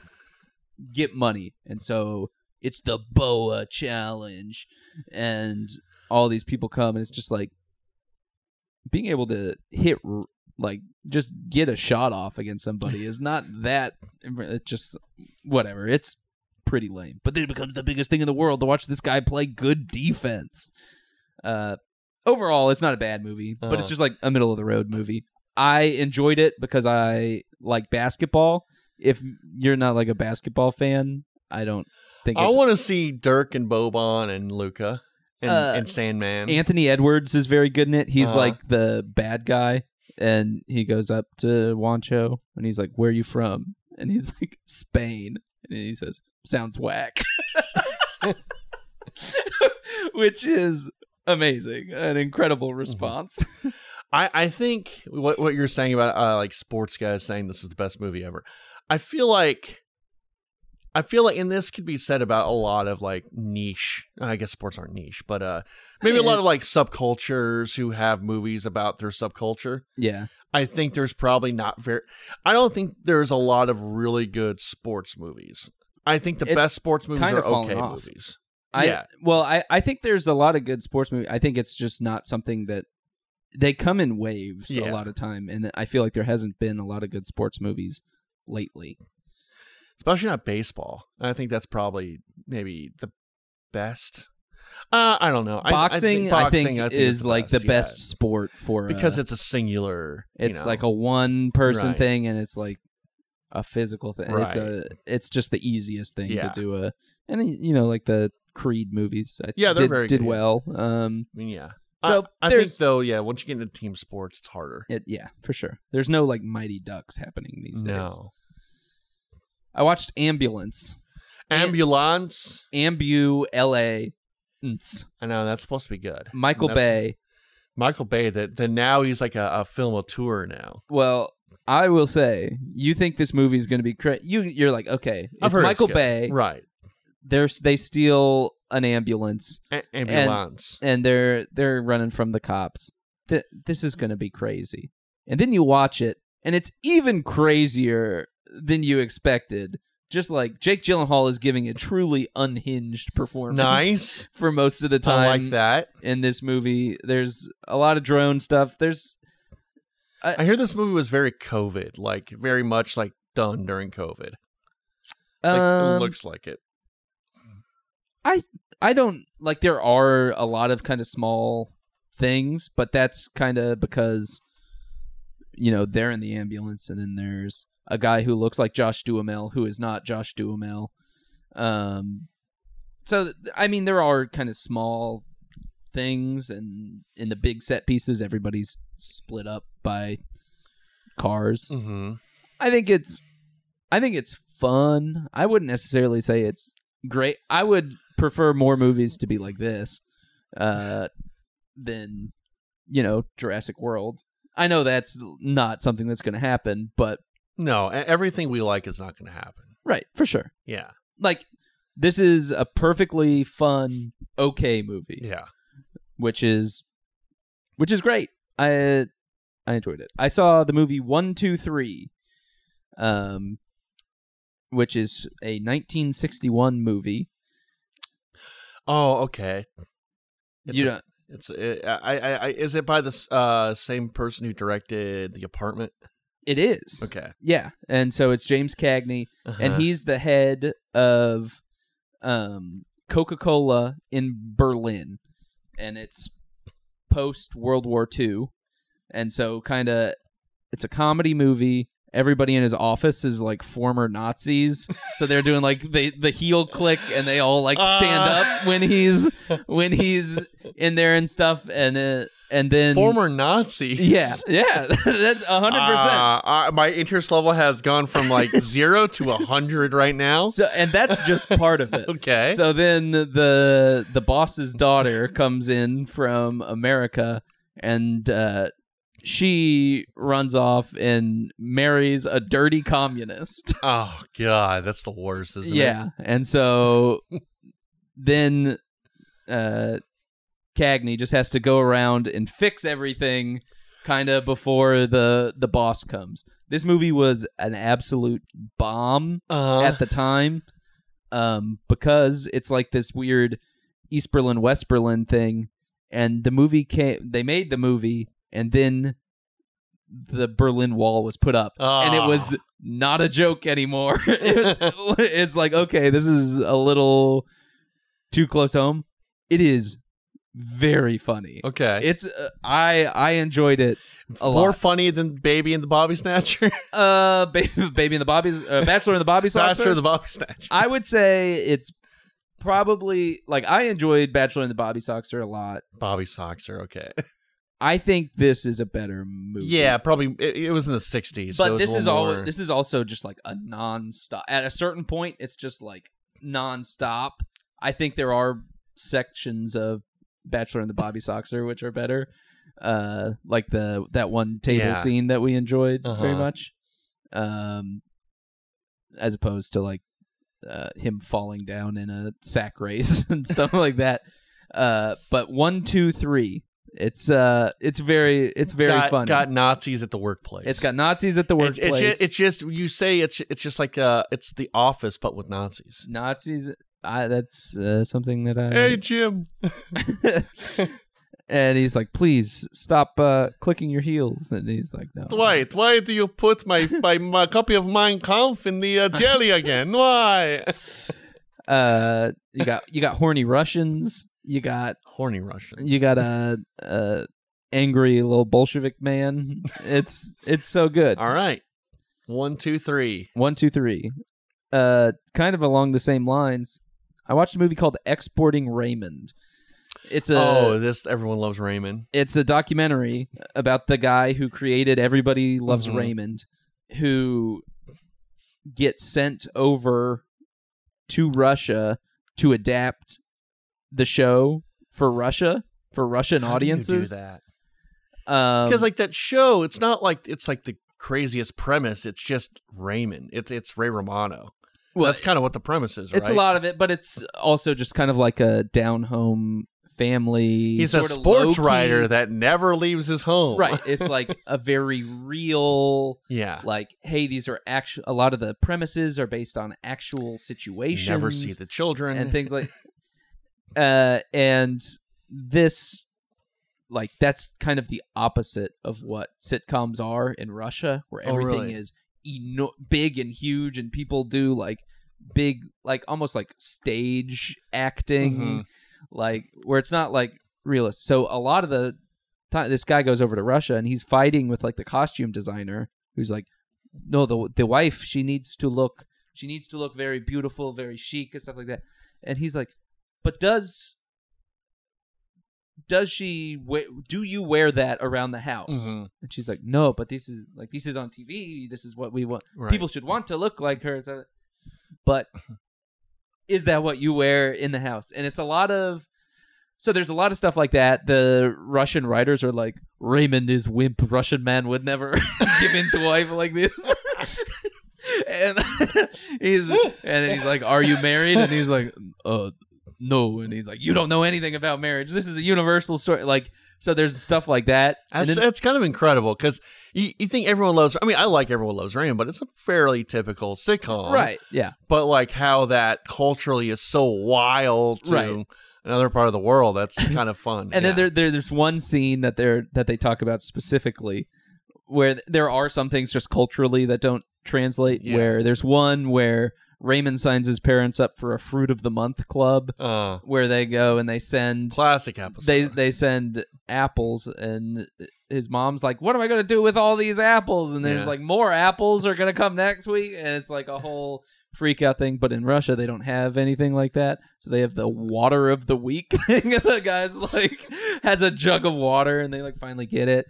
[SPEAKER 2] get money. And so it's the boa challenge and all these people come and it's just like being able to hit r- like just get a shot off against somebody is not that it's just whatever it's pretty lame but then it becomes the biggest thing in the world to watch this guy play good defense uh overall it's not a bad movie but
[SPEAKER 4] Uh-huh.
[SPEAKER 2] it's just like a middle of the road movie i enjoyed it because i like basketball if you're not like a basketball fan i don't think
[SPEAKER 4] I
[SPEAKER 2] it's
[SPEAKER 4] want to see Dirk and Bobon and Luca and,
[SPEAKER 2] Uh,
[SPEAKER 4] and Sandman.
[SPEAKER 2] Anthony Edwards is very good in it. He's
[SPEAKER 4] Uh-huh.
[SPEAKER 2] like the bad guy, and he goes up to Wancho and he's like, "Where are you from?" And he's like, "Spain," and he says, "Sounds whack," which is amazing, an
[SPEAKER 4] Mm-hmm.
[SPEAKER 2] incredible response.
[SPEAKER 4] I, I think what what you're saying about uh, like sports guys saying this is the best movie ever. I feel like I feel like and this could be said about a lot of like niche. I guess sports aren't niche, but uh maybe a lot of
[SPEAKER 2] It's-
[SPEAKER 4] like subcultures who have movies about their subculture.
[SPEAKER 2] yeah,
[SPEAKER 4] I think there's probably not very I don't think there's a lot of really good sports movies. I think the
[SPEAKER 2] It's
[SPEAKER 4] best sports movies
[SPEAKER 2] kinda
[SPEAKER 4] are
[SPEAKER 2] fallen
[SPEAKER 4] okay
[SPEAKER 2] off.
[SPEAKER 4] movies.
[SPEAKER 2] I
[SPEAKER 4] Yeah.
[SPEAKER 2] well, I I think there's a lot of good sports movies. I think it's just not something that they come in waves
[SPEAKER 4] Yeah.
[SPEAKER 2] a lot of time, and I feel like there hasn't been a lot of good sports movies lately.
[SPEAKER 4] especially not baseball. And I think that's probably maybe the best. Uh, I don't know. I- I
[SPEAKER 2] Boxing, I think,
[SPEAKER 4] boxing,
[SPEAKER 2] is
[SPEAKER 4] it's
[SPEAKER 2] like the
[SPEAKER 4] yeah.
[SPEAKER 2] best sport for
[SPEAKER 4] because
[SPEAKER 2] uh,
[SPEAKER 4] it's a singular. you
[SPEAKER 2] it's
[SPEAKER 4] know.
[SPEAKER 2] like a one person
[SPEAKER 4] Right.
[SPEAKER 2] thing and it's like a physical thing. It's a it's just the easiest thing
[SPEAKER 4] Yeah.
[SPEAKER 2] to do a and you know like the Creed movies. I
[SPEAKER 4] Yeah, they're
[SPEAKER 2] did,
[SPEAKER 4] very
[SPEAKER 2] did
[SPEAKER 4] good, yeah.
[SPEAKER 2] well. Um,
[SPEAKER 4] I mean, yeah.
[SPEAKER 2] So,
[SPEAKER 4] I, I think
[SPEAKER 2] there's-
[SPEAKER 4] though, yeah. Once you get into team sports, it's harder.
[SPEAKER 2] it, yeah, for sure. There's no like Mighty Ducks happening these days.
[SPEAKER 4] No,
[SPEAKER 2] I watched Ambulance, And-
[SPEAKER 4] ambulance.
[SPEAKER 2] Ambu L.A. Ns.
[SPEAKER 4] I know that's supposed to be good.
[SPEAKER 2] Michael
[SPEAKER 4] That's-
[SPEAKER 2] Bay.
[SPEAKER 4] Michael Bay. That then now he's like a, a film tour now.
[SPEAKER 2] Well, I will say, you think this movie is going to be cra- you? You're like, okay,
[SPEAKER 4] I've
[SPEAKER 2] it's
[SPEAKER 4] heard it's
[SPEAKER 2] Michael
[SPEAKER 4] good.
[SPEAKER 2] Bay.
[SPEAKER 4] Right,
[SPEAKER 2] There's they steal an ambulance
[SPEAKER 4] a- ambulance.
[SPEAKER 2] and they're they're running from the cops. Th- this is going to be crazy. And then you watch it, and it's even crazier than you expected. Just like Jake Gyllenhaal is giving a truly unhinged performance.
[SPEAKER 4] nice.
[SPEAKER 2] for most of the
[SPEAKER 4] I
[SPEAKER 2] time
[SPEAKER 4] like that.
[SPEAKER 2] in this movie. There's a lot of drone stuff. There's uh,
[SPEAKER 4] I hear this movie was very COVID, like very much like done during COVID. Like,
[SPEAKER 2] um,
[SPEAKER 4] it looks like it.
[SPEAKER 2] I don't like there are a lot of kind of small things, but that's kind of because you know they're in the ambulance, and then there's a guy who looks like Josh Duhamel who is not Josh Duhamel. Um, so th- I mean there are kind of small things, and in the big set pieces, everybody's split up by cars.
[SPEAKER 4] Mm-hmm.
[SPEAKER 2] I think it's I think it's fun. I wouldn't necessarily say it's great. I would prefer more movies to be like this uh than you know Jurassic World. I know that's not something that's going to happen, but
[SPEAKER 4] No, e- everything we like is not going to happen.
[SPEAKER 2] right, for sure.
[SPEAKER 4] Yeah,
[SPEAKER 2] Like this is a perfectly fun okay movie,
[SPEAKER 4] yeah.
[SPEAKER 2] which is which is great. I I enjoyed it. I saw the movie One Two Three, um, which is a 1961 movie.
[SPEAKER 4] Oh, okay. It's
[SPEAKER 2] you
[SPEAKER 4] a-
[SPEAKER 2] know,
[SPEAKER 4] It's it, I, I I is it by the s- uh same person who directed the apartment?
[SPEAKER 2] it is
[SPEAKER 4] Okay,
[SPEAKER 2] yeah, and so it's James Cagney, and
[SPEAKER 4] Uh-huh.
[SPEAKER 2] he's the head of um Coca Cola in Berlin, and it's post World War II, and so kind of it's a comedy movie. Everybody in his office is like former Nazis, so they're doing like they the heel click, and they all like stand
[SPEAKER 4] Ah.
[SPEAKER 2] up when he's when he's in there and stuff, and uh, and then
[SPEAKER 4] former Nazis.
[SPEAKER 2] yeah yeah that's a hundred percent.
[SPEAKER 4] Uh, uh, my interest level has gone from like zero to a hundred right now.
[SPEAKER 2] So and that's just part of it.
[SPEAKER 4] Okay.
[SPEAKER 2] So then the the boss's daughter comes in from America and uh she runs off and marries a dirty communist.
[SPEAKER 4] oh god, that's the worst, isn't it?
[SPEAKER 2] yeah. And so then uh Cagney just has to go around and fix everything kind of before the the boss comes. This movie was an absolute bomb
[SPEAKER 4] Uh,
[SPEAKER 2] at the time um, because it's like this weird East Berlin West Berlin thing, and the movie came. They made the movie, and then the Berlin Wall was put up, and it
[SPEAKER 4] Ah.
[SPEAKER 2] was not a joke anymore. it was, it's like okay, this is a little too close home. It is very funny.
[SPEAKER 4] Oh, okay.
[SPEAKER 2] It's uh, I I enjoyed it a
[SPEAKER 4] More
[SPEAKER 2] lot.
[SPEAKER 4] funny than Baby and the Bobby Snatcher.
[SPEAKER 2] Uh, baby, baby and the Bobby's uh, Bachelor and the Bobby Soxer.
[SPEAKER 4] Snatcher the Bobby Snatcher.
[SPEAKER 2] I would say it's probably like I enjoyed Bachelor and the Bobby Soxer a lot.
[SPEAKER 4] Bobby Soxer. Okay.
[SPEAKER 2] I think this is a better movie.
[SPEAKER 4] Yeah, probably. It, it was in the '60s.
[SPEAKER 2] but
[SPEAKER 4] so it was a
[SPEAKER 2] this is
[SPEAKER 4] little
[SPEAKER 2] always
[SPEAKER 4] more-
[SPEAKER 2] this is also just like a non-stop. At a certain point, it's just like non-stop. I think there are sections of Bachelor and the Bobby Soxer which are better, uh, like the that one table
[SPEAKER 4] Yeah.
[SPEAKER 2] scene that we enjoyed very
[SPEAKER 4] Uh-huh.
[SPEAKER 2] much, um, as opposed to like uh, him falling down in a sack race and stuff like that. Uh, but one, two, three. It's uh, it's very, it's very
[SPEAKER 4] got,
[SPEAKER 2] funny.
[SPEAKER 4] Got Nazis at the workplace.
[SPEAKER 2] it's got Nazis at the
[SPEAKER 4] It's-
[SPEAKER 2] workplace.
[SPEAKER 4] It's, ju- it's just you say it's it's just like uh it's the office but with Nazis.
[SPEAKER 2] Nazis. I, that's uh, something that I.
[SPEAKER 4] Jim.
[SPEAKER 2] and he's like, "Please stop uh, clicking your heels." And he's like, "No,
[SPEAKER 4] Dwight, why do you put my my, my copy of Mein Kampf in the uh, jelly again? Why?
[SPEAKER 2] Uh, you got you got horny Russians. You got
[SPEAKER 4] Horny Russians.
[SPEAKER 2] you got a, a angry little Bolshevik man. It's it's so good.
[SPEAKER 4] All right. One, two, three.
[SPEAKER 2] One, two, three. Uh, kind of along the same lines. I watched a movie called Exporting Raymond. It's a
[SPEAKER 4] oh, this everyone loves Raymond.
[SPEAKER 2] it's a documentary about the guy who created Everybody Loves
[SPEAKER 4] Mhm.
[SPEAKER 2] Raymond, who gets sent over to Russia to adapt the show for Russia for Russian audiences.
[SPEAKER 4] Because
[SPEAKER 2] Um,
[SPEAKER 4] like that show, it's not like it's like the craziest premise. It's just Raymond. It's it's Ray Romano.
[SPEAKER 2] well,
[SPEAKER 4] That's kind of what the premise is.
[SPEAKER 2] it's a
[SPEAKER 4] right?
[SPEAKER 2] lot of it, but it's also just kind of like a down home family.
[SPEAKER 4] He's a
[SPEAKER 2] sorta
[SPEAKER 4] sports
[SPEAKER 2] low-key-
[SPEAKER 4] writer that never leaves his home.
[SPEAKER 2] right? It's like a very real.
[SPEAKER 4] Yeah.
[SPEAKER 2] Like, hey, these are actual. A lot of the premises are based on actual situations.
[SPEAKER 4] You never see the children.
[SPEAKER 2] and things like uh and this like that's kind of the opposite of what sitcoms are in Russia where
[SPEAKER 4] Oh,
[SPEAKER 2] everything
[SPEAKER 4] really?
[SPEAKER 2] is eno- big and huge and people do like big like almost like stage acting
[SPEAKER 4] Mhm.
[SPEAKER 2] like where it's not like realist so a lot of the time this guy goes over to Russia and he's fighting with like the costume designer who's like no the the wife she needs to look she needs to look very beautiful very chic and stuff like that and he's like but does does she we- do you wear that around the house
[SPEAKER 4] Mhm.
[SPEAKER 2] and she's like no but this is like this is on tv this is what we want
[SPEAKER 4] Right.
[SPEAKER 2] people should want to look like her so- but is that what you wear in the house and it's a lot of so there's a lot of stuff like that the russian writers are like raymond is wimp russian man would never give in to wife like this and he's and then he's like are you married and he's like uh no and he's like you don't know anything about marriage this is a universal story like so there's stuff like that and
[SPEAKER 4] That's,
[SPEAKER 2] then,
[SPEAKER 4] that's kind of incredible because you, you think everyone loves. I mean, I like everyone loves Raymond, but it's a fairly typical sitcom,
[SPEAKER 2] right yeah
[SPEAKER 4] But like how that culturally is so wild to
[SPEAKER 2] Right.
[SPEAKER 4] another part of the world. That's kind of fun.
[SPEAKER 2] And then
[SPEAKER 4] Yeah.
[SPEAKER 2] there, there there's one scene that they're that they talk about specifically where th- there are some things just culturally that don't translate
[SPEAKER 4] Yeah.
[SPEAKER 2] where there's one where Raymond signs his parents up for a fruit of the month club
[SPEAKER 4] uh,
[SPEAKER 2] where they go and they send
[SPEAKER 4] classic episode.
[SPEAKER 2] they they send apples and his mom's like what am I going to do with all these apples and there's
[SPEAKER 4] Yeah.
[SPEAKER 2] like more apples are going to come next week and it's like a whole freak out thing but in Russia they don't have anything like that so they have the water of the week thing the guy's like has a jug of water and they like finally get it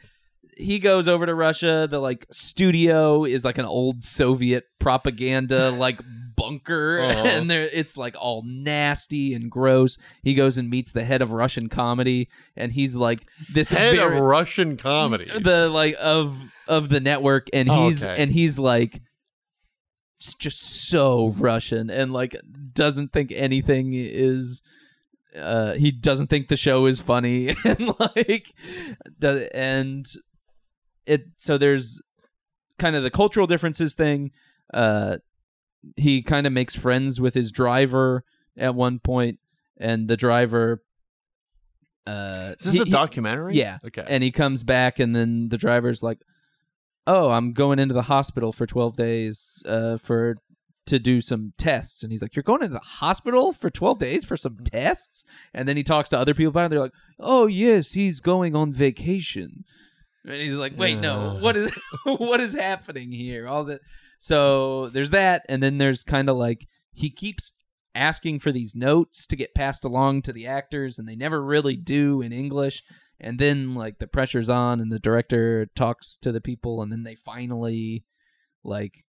[SPEAKER 2] he goes over to Russia the like studio is like an old soviet propaganda like bunker
[SPEAKER 4] Uh-huh.
[SPEAKER 2] and there it's like all nasty and gross he goes and meets the head of Russian comedy and he's like this
[SPEAKER 4] head
[SPEAKER 2] very-
[SPEAKER 4] of Russian comedy.
[SPEAKER 2] the like of of the network and
[SPEAKER 4] Oh,
[SPEAKER 2] he's
[SPEAKER 4] okay.
[SPEAKER 2] and he's like s- just so russian and like doesn't think anything is uh he doesn't think the show is funny and like does and it so there's kind of the cultural differences thing uh he kind of makes friends with his driver at one point and the driver uh
[SPEAKER 4] is this
[SPEAKER 2] he-
[SPEAKER 4] a
[SPEAKER 2] he-
[SPEAKER 4] documentary?
[SPEAKER 2] yeah.
[SPEAKER 4] Okay.
[SPEAKER 2] and he comes back and then the driver's like oh i'm going into the hospital for 12 days uh, for to do some tests and he's like you're going into the hospital for 12 days for some tests and then he talks to other people about it they're like oh yes he's going on vacation and he's like wait no
[SPEAKER 4] Uh.
[SPEAKER 2] what is what is happening here all that so there's that and then there's kind of like he keeps asking for these notes to get passed along to the actors and they never really do in english and then like the pressure's on and the director talks to the people and then they finally like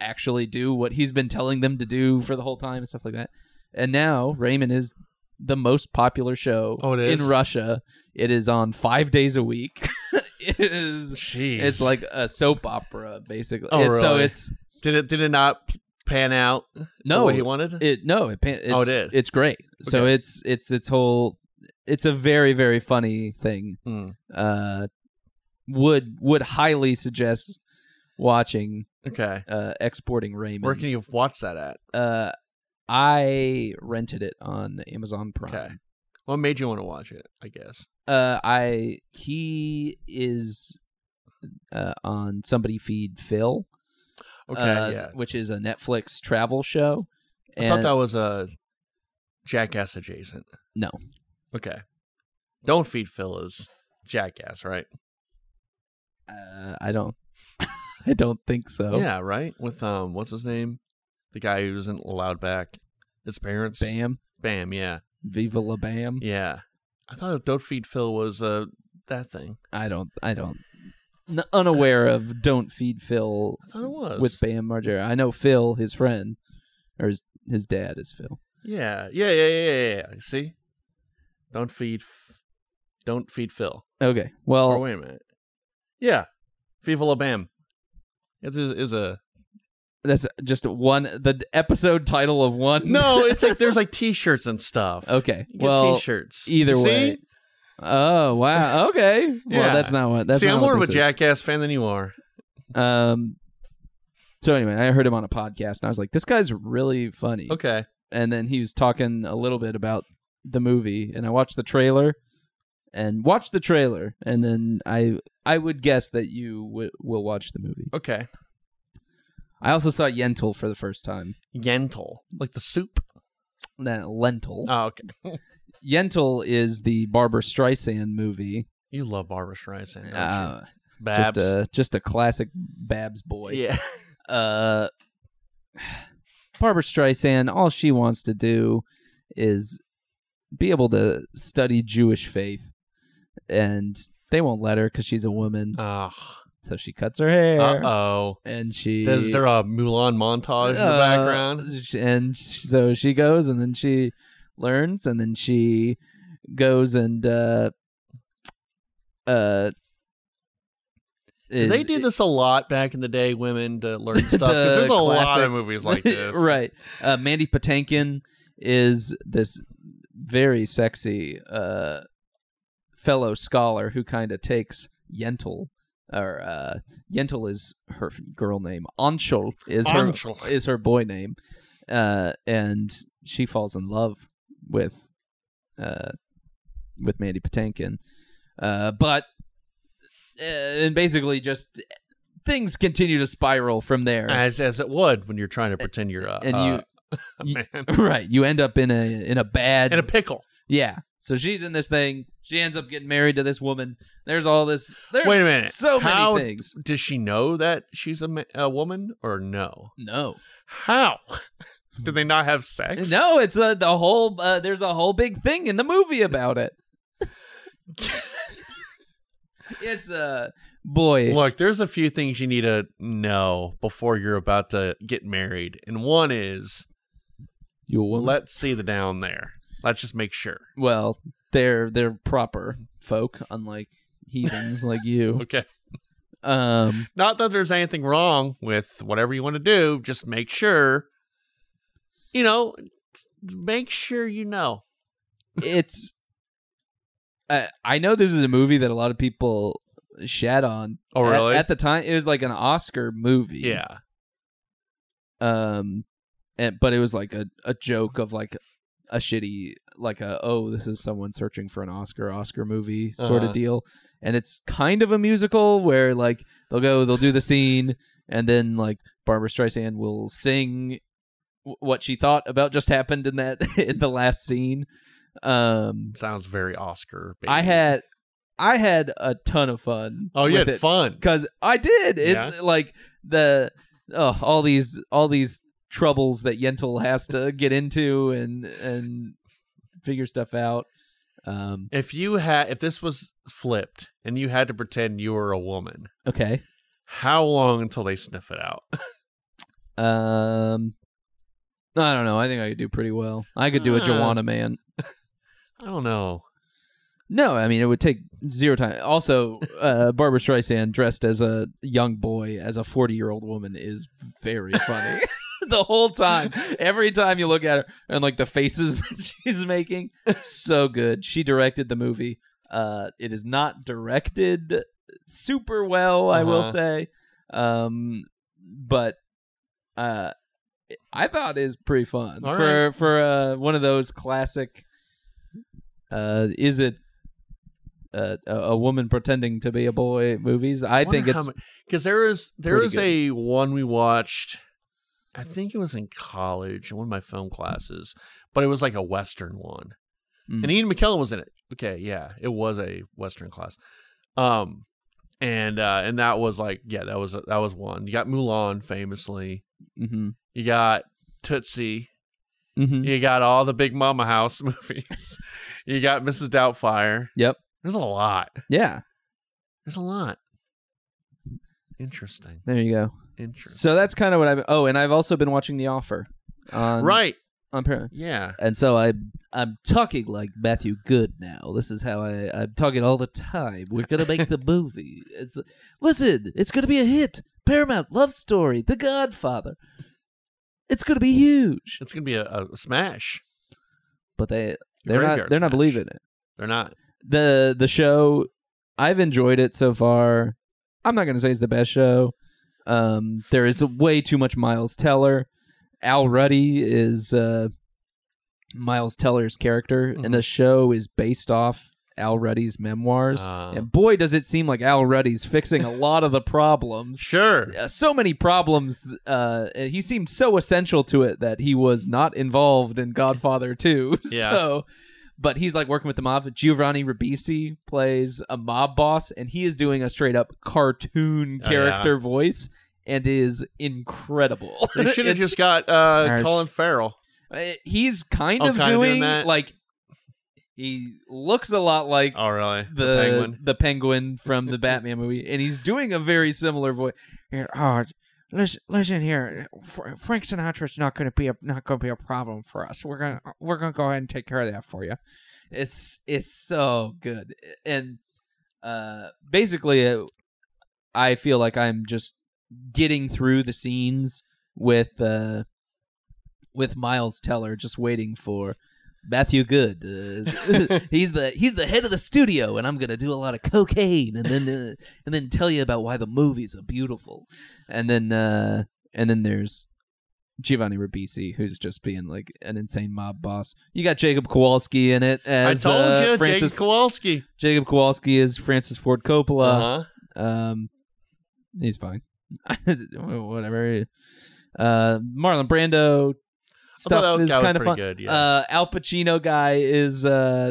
[SPEAKER 2] actually do what he's been telling them to do for the whole time and stuff like that and now raymond is the most popular show
[SPEAKER 4] Oh, it is?
[SPEAKER 2] in russia it is on five days a week it is
[SPEAKER 4] Jeez.
[SPEAKER 2] it's like a soap opera basically
[SPEAKER 4] Oh,
[SPEAKER 2] It's- so
[SPEAKER 4] really?
[SPEAKER 2] it's
[SPEAKER 4] did it did it not pan out the
[SPEAKER 2] no
[SPEAKER 4] way he wanted?
[SPEAKER 2] it no, it pa- it's,
[SPEAKER 4] Oh, it is.
[SPEAKER 2] It's great. So it's it's its whole. It's a very very funny thing.
[SPEAKER 4] Hmm.
[SPEAKER 2] Uh, would would highly suggest watching
[SPEAKER 4] Okay.
[SPEAKER 2] uh, exporting Raymond.
[SPEAKER 4] Where can you watch that at?
[SPEAKER 2] uh, I rented it on Amazon Prime.
[SPEAKER 4] Okay. What made you want to watch it? I guess.
[SPEAKER 2] Uh, I he is uh, on somebody feed Phil.
[SPEAKER 4] Okay.
[SPEAKER 2] uh,
[SPEAKER 4] yeah.
[SPEAKER 2] which is a Netflix travel show.
[SPEAKER 4] I thought that was a jackass adjacent?
[SPEAKER 2] No.
[SPEAKER 4] Okay. Don't feed fellas jackass, right?
[SPEAKER 2] Uh, I don't. I don't think so.
[SPEAKER 4] Yeah, right? With um what's his name? The guy who isn't allowed back. His parents.
[SPEAKER 2] Bam. Mm-hmm.
[SPEAKER 4] Bam, yeah.
[SPEAKER 2] Viva la Bam.
[SPEAKER 4] Yeah. I thought Don't Feed Phil was uh that thing.
[SPEAKER 2] I don't. I don't. N- unaware of don't feed Phil
[SPEAKER 4] I thought it was.
[SPEAKER 2] with Bam Margera. I know Phil, his friend, or his his dad is Phil.
[SPEAKER 4] Yeah, yeah, yeah, yeah, yeah, yeah. See, don't feed, F- don't feed Phil.
[SPEAKER 2] Okay.
[SPEAKER 4] Or
[SPEAKER 2] Well,
[SPEAKER 4] wait a minute. Yeah, Viva La Bam. It is, is a
[SPEAKER 2] that's just one. The d- episode title of one.
[SPEAKER 4] no. It's like there's like T-shirts and stuff.
[SPEAKER 2] Okay.
[SPEAKER 4] You get
[SPEAKER 2] Well,
[SPEAKER 4] T-shirts.
[SPEAKER 2] either
[SPEAKER 4] See?
[SPEAKER 2] way. Oh wow. Okay. Well,
[SPEAKER 4] Yeah.
[SPEAKER 2] that's not what. That's
[SPEAKER 4] See,
[SPEAKER 2] not
[SPEAKER 4] I'm
[SPEAKER 2] what
[SPEAKER 4] more of a
[SPEAKER 2] this is.
[SPEAKER 4] jackass fan than you are.
[SPEAKER 2] Um. So anyway, I heard him on a podcast, and I was like, "This guy's really funny."
[SPEAKER 4] Okay.
[SPEAKER 2] And then he was talking a little bit about the movie, and I watched the trailer, and watched the trailer, and then I I would guess that you w- will watch the movie.
[SPEAKER 4] Okay.
[SPEAKER 2] I also saw Yentl for the first time.
[SPEAKER 4] Yentl, like the soup.
[SPEAKER 2] That lentil.
[SPEAKER 4] Oh, okay.
[SPEAKER 2] Yentl is the Barbara Streisand movie.
[SPEAKER 4] You love Barbara Streisand. Don't you?
[SPEAKER 2] Uh,
[SPEAKER 4] Oh, Babs.
[SPEAKER 2] just a just a classic Babs boy.
[SPEAKER 4] yeah.
[SPEAKER 2] uh Barbara Streisand, all she wants to do is be able to study Jewish faith. And they won't let her because she's a woman.
[SPEAKER 4] Uh
[SPEAKER 2] so she cuts her hair.
[SPEAKER 4] oh.
[SPEAKER 2] And she.
[SPEAKER 4] Is there a Mulan montage in the
[SPEAKER 2] Uh,
[SPEAKER 4] background?
[SPEAKER 2] sh- And sh- so she goes and then she learns and then she goes and. Uh, uh,
[SPEAKER 4] Did they
[SPEAKER 2] is-
[SPEAKER 4] do this a lot back in the day, women to learn stuff. 'Cause there's a
[SPEAKER 2] The
[SPEAKER 4] lot
[SPEAKER 2] classic-
[SPEAKER 4] of movies like this,
[SPEAKER 2] right. Uh, Mandy Patinkin is this very sexy uh, fellow scholar who kind of takes Yentl, or uh, Yentl is her f- girl name. Anshul is her
[SPEAKER 4] Anshul.
[SPEAKER 2] is her boy name, uh, and she falls in love with uh, with Mandy Patinkin, uh, but uh, and basically just things continue to spiral from there
[SPEAKER 4] As as it would when you're trying to pretend you're a,
[SPEAKER 2] and
[SPEAKER 4] uh,
[SPEAKER 2] you-
[SPEAKER 4] a man
[SPEAKER 2] you right you end up in a in a bad
[SPEAKER 4] and a pickle.
[SPEAKER 2] yeah so she's in this thing she ends up getting married to this woman there's all this there's
[SPEAKER 4] Wait a minute.
[SPEAKER 2] so many
[SPEAKER 4] How-
[SPEAKER 2] things
[SPEAKER 4] Does she know that she's a, ma- a woman or no?
[SPEAKER 2] no
[SPEAKER 4] How did they not have sex?
[SPEAKER 2] no it's a, the whole uh, there's a whole big thing in the movie about it it's a uh, boy
[SPEAKER 4] Look, there's a few things you need to know before you're about to get married, and one is
[SPEAKER 2] you a woman?
[SPEAKER 4] let's see the down there. Let's just make sure.
[SPEAKER 2] well they're they're proper folk unlike heathens like you
[SPEAKER 4] Okay.
[SPEAKER 2] um
[SPEAKER 4] Not that there's anything wrong with whatever you want to do, just make sure, you know, make sure you know.
[SPEAKER 2] it's I, I know this is a movie that a lot of people shat on
[SPEAKER 4] Oh,
[SPEAKER 2] At-
[SPEAKER 4] really?
[SPEAKER 2] at, the time it was like an oscar movie
[SPEAKER 4] yeah.
[SPEAKER 2] um and but it was like a, a joke of like a shitty like a oh this is someone searching for an oscar oscar movie sort
[SPEAKER 4] Uh-huh.
[SPEAKER 2] of deal and it's kind of a musical where like they'll go they'll do the scene and then like barbara streisand will sing w- what she thought about just happened in that in the last scene um
[SPEAKER 4] Sounds very Oscar.
[SPEAKER 2] I had I had a ton of fun.
[SPEAKER 4] Oh, you had fun.
[SPEAKER 2] because I did. It's
[SPEAKER 4] Yeah.
[SPEAKER 2] like the oh, all these all these troubles that Yentl has to get into and and figure stuff out. Um,
[SPEAKER 4] If you had, if this was flipped and you had to pretend you were a woman,
[SPEAKER 2] okay.
[SPEAKER 4] how long until they sniff it out?
[SPEAKER 2] Um, I don't know. I think I could do pretty well. I could do a
[SPEAKER 4] Ah.
[SPEAKER 2] Joanna man.
[SPEAKER 4] I don't know.
[SPEAKER 2] No, I mean it would take zero time. Also, uh, Barbara Streisand dressed as a young boy, as a forty-year-old woman, is very funny. the whole time, every time you look at her, and like the faces that she's making, so good. She directed the movie. Uh, it is not directed super well, I will
[SPEAKER 4] Uh-huh.
[SPEAKER 2] say, um, but uh, I thought it was pretty fun
[SPEAKER 4] All
[SPEAKER 2] for for uh, one of those classic. Uh, is it uh, a, a woman pretending to be a boy movies? I think it's
[SPEAKER 4] because there is there
[SPEAKER 2] pretty
[SPEAKER 4] is a one we watched. I think it was in college, one of my film classes, but it was like a Western one.
[SPEAKER 2] Mm.
[SPEAKER 4] And Ian McKellen was in it. Okay, yeah, it was a Western class. Um, and uh, and that was like, yeah, that was that was one. You got Mulan famously.
[SPEAKER 2] Mm-hmm.
[SPEAKER 4] You got Tootsie.
[SPEAKER 2] Mm-hmm.
[SPEAKER 4] You got all the Big Mama House movies. you got Mrs. Doubtfire.
[SPEAKER 2] Yep.
[SPEAKER 4] There's a lot.
[SPEAKER 2] Yeah.
[SPEAKER 4] There's a lot. Interesting.
[SPEAKER 2] There you go.
[SPEAKER 4] Interesting.
[SPEAKER 2] So that's kind of what I've. Oh, and I've also been watching The Offer. On,
[SPEAKER 4] right.
[SPEAKER 2] On Paramount.
[SPEAKER 4] Yeah.
[SPEAKER 2] and so I I'm talking like Matthew Good now. This is how I I'm talking all the time. We're gonna make the movie. It's listen, it's gonna be a hit. Paramount Love Story, The Godfather. It's gonna be huge.
[SPEAKER 4] It's gonna be a, a smash.
[SPEAKER 2] But they they're not
[SPEAKER 4] Graveyard
[SPEAKER 2] they're not
[SPEAKER 4] smash.
[SPEAKER 2] believing it.
[SPEAKER 4] They're not.
[SPEAKER 2] the The show I've enjoyed it so far. I'm not gonna say it's the best show. Um, there is way too much Miles Teller. Al Ruddy is uh, Miles Teller's character,
[SPEAKER 4] Mhm.
[SPEAKER 2] and the show is based off Al Ruddy's memoirs.
[SPEAKER 4] Uh,
[SPEAKER 2] and boy, does it seem like Al Ruddy's fixing a lot of the problems.
[SPEAKER 4] Sure.
[SPEAKER 2] Uh, so many problems. Uh, and he seemed so essential to it that he was not involved in Godfather 2.
[SPEAKER 4] Yeah.
[SPEAKER 2] So, but he's like working with the mob. Giovanni Ribisi plays a mob boss, and he is doing a straight up cartoon
[SPEAKER 4] Oh, yeah.
[SPEAKER 2] character voice and is incredible.
[SPEAKER 4] They should have
[SPEAKER 2] It's-
[SPEAKER 4] just got uh,
[SPEAKER 2] Ours-
[SPEAKER 4] Colin Farrell.
[SPEAKER 2] uh, he's kind
[SPEAKER 4] Oh,
[SPEAKER 2] of
[SPEAKER 4] kinda doing
[SPEAKER 2] doing,
[SPEAKER 4] that?
[SPEAKER 2] like he looks a lot like
[SPEAKER 4] Oh, really?
[SPEAKER 2] the the penguin. from the Batman movie, and he's doing a very similar voice.
[SPEAKER 5] Here, oh, listen, listen here. Fr- Frank Sinatra's not going to be a not going to be a problem for us. We're gonna we're gonna go ahead and take care of that for you.
[SPEAKER 2] It's it's so good, and uh, basically, uh, I feel like I'm just getting through the scenes with uh, with Miles Teller, just waiting for. Matthew Good, uh, he's the he's the head of the studio, and I'm gonna do a lot of cocaine, and then uh, and then tell you about why the movies are beautiful, and then uh, and then there's Giovanni Ribisi, who's just being like an insane mob boss. You got Jacob Kowalski in it
[SPEAKER 4] I
[SPEAKER 2] as
[SPEAKER 4] told
[SPEAKER 2] uh,
[SPEAKER 4] you,
[SPEAKER 2] Francis
[SPEAKER 4] James Kowalski.
[SPEAKER 2] Jacob Kowalski is Francis Ford Coppola.
[SPEAKER 4] Uh-huh.
[SPEAKER 2] Um, he's fine, whatever. Uh, Marlon Brando
[SPEAKER 4] I thought
[SPEAKER 2] stuff
[SPEAKER 4] that
[SPEAKER 2] is
[SPEAKER 4] guy was
[SPEAKER 2] kind of
[SPEAKER 4] pretty
[SPEAKER 2] fun.
[SPEAKER 4] Good, yeah.
[SPEAKER 2] Uh, Al Pacino guy is uh,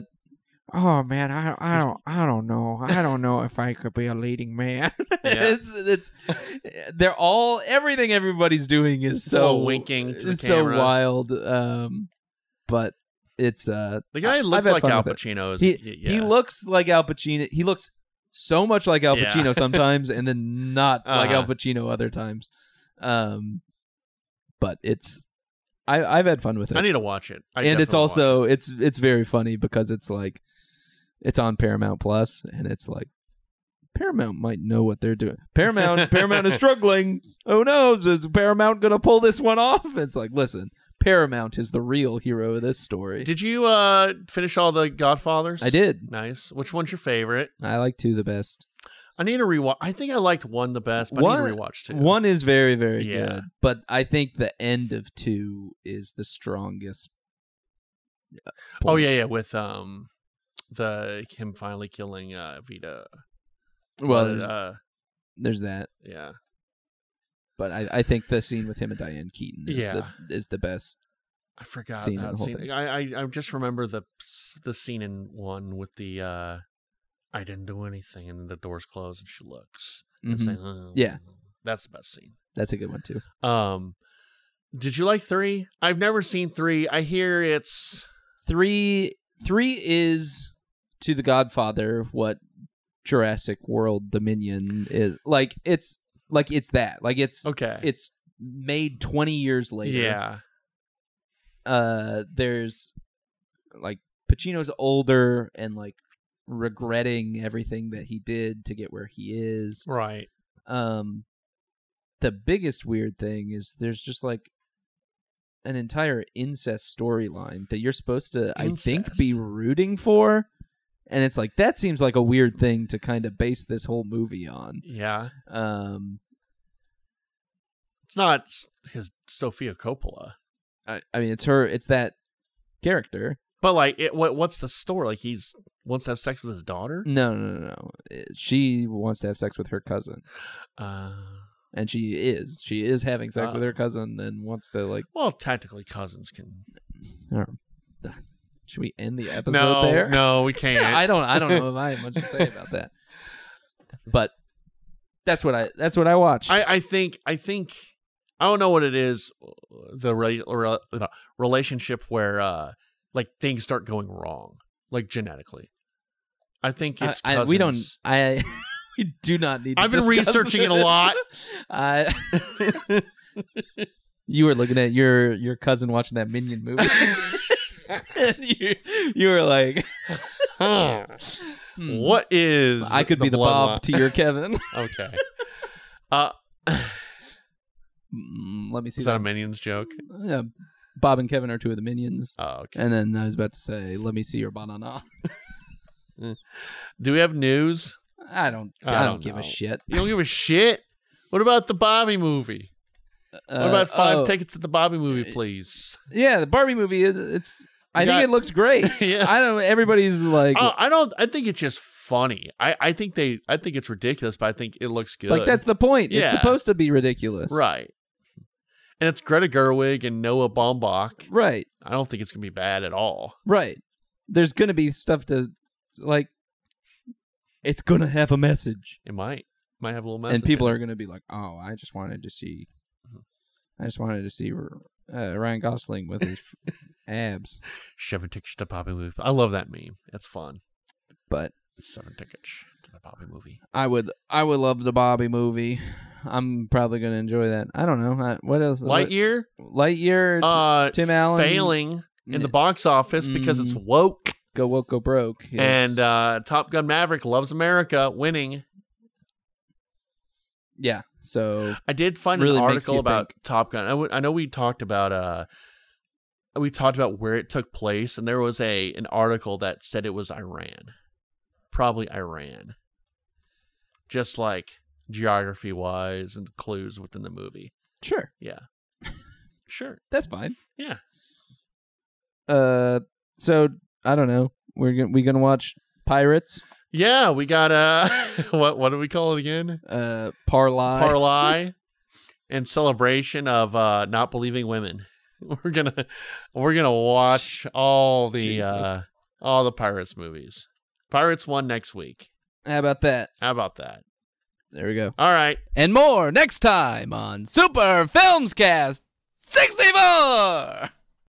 [SPEAKER 5] Oh man, I I don't I don't know. I don't know if I could be a leading man.
[SPEAKER 4] yeah.
[SPEAKER 2] it's it's they're all everything everybody's doing is
[SPEAKER 4] a
[SPEAKER 2] so
[SPEAKER 4] little winking to the
[SPEAKER 2] is so
[SPEAKER 4] camera.
[SPEAKER 2] wild. Um, but it's uh,
[SPEAKER 4] the guy
[SPEAKER 2] I've
[SPEAKER 4] looks
[SPEAKER 2] had
[SPEAKER 4] like
[SPEAKER 2] fun
[SPEAKER 4] Al
[SPEAKER 2] with it.
[SPEAKER 4] Pacino. Is, yeah.
[SPEAKER 2] he looks like Al Pacino. He looks so much like Al
[SPEAKER 4] Yeah.
[SPEAKER 2] Pacino sometimes, and then not like Al
[SPEAKER 4] Uh-huh.
[SPEAKER 2] Pacino other times. Um, but it's I I've had fun with it,
[SPEAKER 4] I need to watch it. I
[SPEAKER 2] and it's
[SPEAKER 4] definitely watch
[SPEAKER 2] also it's it's very funny because it's like it's on Paramount Plus, and it's like. Paramount might know what they're doing. Paramount, Paramount is struggling. Oh no, is Paramount gonna pull this one off? It's like, listen, Paramount is the real hero of this story.
[SPEAKER 4] it. Did you uh, finish all the Godfathers?
[SPEAKER 2] I did.
[SPEAKER 4] Nice. Which one's your favorite?
[SPEAKER 2] I like two the best.
[SPEAKER 4] I need to rewatch. I think I liked one the best, but I
[SPEAKER 2] One-
[SPEAKER 4] need to rewatch two.
[SPEAKER 2] One is very, very
[SPEAKER 4] Yeah.
[SPEAKER 2] good, but I think the end of two is the strongest.
[SPEAKER 4] Oh yeah, yeah. With um, the him finally killing uh Vita.
[SPEAKER 2] Well,
[SPEAKER 4] Uh,
[SPEAKER 2] there's,
[SPEAKER 4] uh,
[SPEAKER 2] there's that,
[SPEAKER 4] yeah.
[SPEAKER 2] but I, I think the scene with him and Diane Keaton is
[SPEAKER 4] Yeah.
[SPEAKER 2] the is the best.
[SPEAKER 4] I forgot
[SPEAKER 2] scene in
[SPEAKER 4] that
[SPEAKER 2] the whole
[SPEAKER 4] scene.
[SPEAKER 2] thing.
[SPEAKER 4] I, I I just remember the the scene in one with the uh I didn't do anything and the doors close and she looks and
[SPEAKER 2] Mhm.
[SPEAKER 4] saying "Oh."
[SPEAKER 2] Yeah.
[SPEAKER 4] that's the best scene.
[SPEAKER 2] That's a good one too.
[SPEAKER 4] Um, did you like three? I've never seen three. I hear it's
[SPEAKER 2] Three three is to the Godfather what Jurassic World Dominion is like. It's like it's that like it's
[SPEAKER 4] okay.
[SPEAKER 2] it's made twenty years later.
[SPEAKER 4] yeah,
[SPEAKER 2] uh there's like Pacino's older and like regretting everything that he did to get where he is.
[SPEAKER 4] right.
[SPEAKER 2] Um the biggest weird thing is there's just like an entire incest storyline that you're supposed to I think be
[SPEAKER 4] Incest.
[SPEAKER 2] rooting for and it's like that seems like a weird thing to kind of base this whole movie on.
[SPEAKER 4] Yeah,
[SPEAKER 2] Um
[SPEAKER 4] it's not s- his Sophia Coppola,
[SPEAKER 2] I, I mean it's her it's that character.
[SPEAKER 4] but like, it, what what's the story? Like, he's wants to have sex
[SPEAKER 2] Mm.
[SPEAKER 4] with his daughter.
[SPEAKER 2] No, no, no, no. She wants to have sex with her cousin.
[SPEAKER 4] Uh,
[SPEAKER 2] and she is. She is having sex with
[SPEAKER 4] Ah.
[SPEAKER 2] her cousin and wants to like.
[SPEAKER 4] Well, technically, cousins can.
[SPEAKER 2] Should we end the episode
[SPEAKER 4] No,
[SPEAKER 2] there?
[SPEAKER 4] no, we can't.
[SPEAKER 2] I don't. I don't know if I have much to say about that. But that's what I. That's what I watched.
[SPEAKER 4] I, I think I think I don't know what it is uh, the re, re- the relationship where uh like things start going wrong like genetically. I think
[SPEAKER 2] I-
[SPEAKER 4] it's
[SPEAKER 2] I-
[SPEAKER 4] cousins.
[SPEAKER 2] we don't. I. We do not need. To
[SPEAKER 4] I've been
[SPEAKER 2] discuss
[SPEAKER 4] researching it a
[SPEAKER 2] this.
[SPEAKER 4] lot.
[SPEAKER 2] I. you were looking at your your cousin watching that Minion movie. And you, you were like,
[SPEAKER 4] Huh.
[SPEAKER 2] hmm,
[SPEAKER 4] what is
[SPEAKER 2] I could be the
[SPEAKER 4] bloodline?
[SPEAKER 2] Bob to your Kevin.
[SPEAKER 4] Okay. Uh
[SPEAKER 2] Mm, Let me see.
[SPEAKER 4] is that a
[SPEAKER 2] that.
[SPEAKER 4] minions joke?
[SPEAKER 2] Yeah, Bob and Kevin are two of the minions.
[SPEAKER 4] Oh, okay.
[SPEAKER 2] And then I was about to say, "Let me see your banana."
[SPEAKER 4] Do we have news?
[SPEAKER 2] I don't. I don't,
[SPEAKER 4] I don't
[SPEAKER 2] give
[SPEAKER 4] know.
[SPEAKER 2] a shit.
[SPEAKER 4] You don't give a shit? What about the Bobby movie? What about five
[SPEAKER 2] five?
[SPEAKER 4] tickets to the Bobby movie, please?
[SPEAKER 2] Uh, oh, Yeah, the Barbie movie. It, it's. I
[SPEAKER 4] You
[SPEAKER 2] think
[SPEAKER 4] got-
[SPEAKER 2] it looks great.
[SPEAKER 4] yeah.
[SPEAKER 2] I don't. Everybody's like,
[SPEAKER 4] Oh, I don't. I think it's just funny. I, I think they. I think it's ridiculous, but I think it looks good.
[SPEAKER 2] like that's the point. It's
[SPEAKER 4] Yeah.
[SPEAKER 2] supposed to be ridiculous,
[SPEAKER 4] right. And it's Greta Gerwig and Noah Baumbach.
[SPEAKER 2] Right,
[SPEAKER 4] I don't think it's gonna be bad at all.
[SPEAKER 2] right. There's gonna be stuff to like. It's gonna have a message,
[SPEAKER 4] It might might have a little message. Uh-huh.
[SPEAKER 2] and people
[SPEAKER 4] in
[SPEAKER 2] are
[SPEAKER 4] it.
[SPEAKER 2] gonna be like, "Oh, I just wanted to see, I just wanted to see uh, Ryan Gosling with his f- abs."
[SPEAKER 4] seven tickets to the Bobby movie. I love that meme. It's fun.
[SPEAKER 2] But
[SPEAKER 4] Seven tickets to the Bobby movie.
[SPEAKER 2] I would, I would love the Bobby movie. I'm probably gonna enjoy that. I don't know I- what else. what-
[SPEAKER 4] Lightyear.
[SPEAKER 2] Lightyear, t-
[SPEAKER 4] Uh,
[SPEAKER 2] Tim Allen
[SPEAKER 4] failing in the box office because it's woke.
[SPEAKER 2] go woke, go broke, yes.
[SPEAKER 4] And uh, Top Gun Maverick loves America, winning.
[SPEAKER 2] yeah. So
[SPEAKER 4] I did find
[SPEAKER 2] really
[SPEAKER 4] an
[SPEAKER 2] makes
[SPEAKER 4] article
[SPEAKER 2] you
[SPEAKER 4] about Top Gun. I, w- I know we talked about uh, we talked about where it took place, and there was a an article that said it was Iran, probably Iran, just like geography wise and clues within the movie.
[SPEAKER 2] sure,
[SPEAKER 4] Yeah, sure.
[SPEAKER 2] that's fine.
[SPEAKER 4] Yeah.
[SPEAKER 2] Uh, so I don't know. We're gonna, we gonna watch Pirates,
[SPEAKER 4] Yeah, we got uh, what what do we call it again?
[SPEAKER 2] uh, Parlay.
[SPEAKER 4] Parlay, and celebration of uh, not believing women. We're gonna we're gonna watch all the
[SPEAKER 2] Jesus.
[SPEAKER 4] uh, all the pirates movies. Pirates one next week.
[SPEAKER 2] How about that?
[SPEAKER 4] How about that?
[SPEAKER 2] There we go.
[SPEAKER 4] All right.
[SPEAKER 2] And more next time on Super Filmscast sixty four.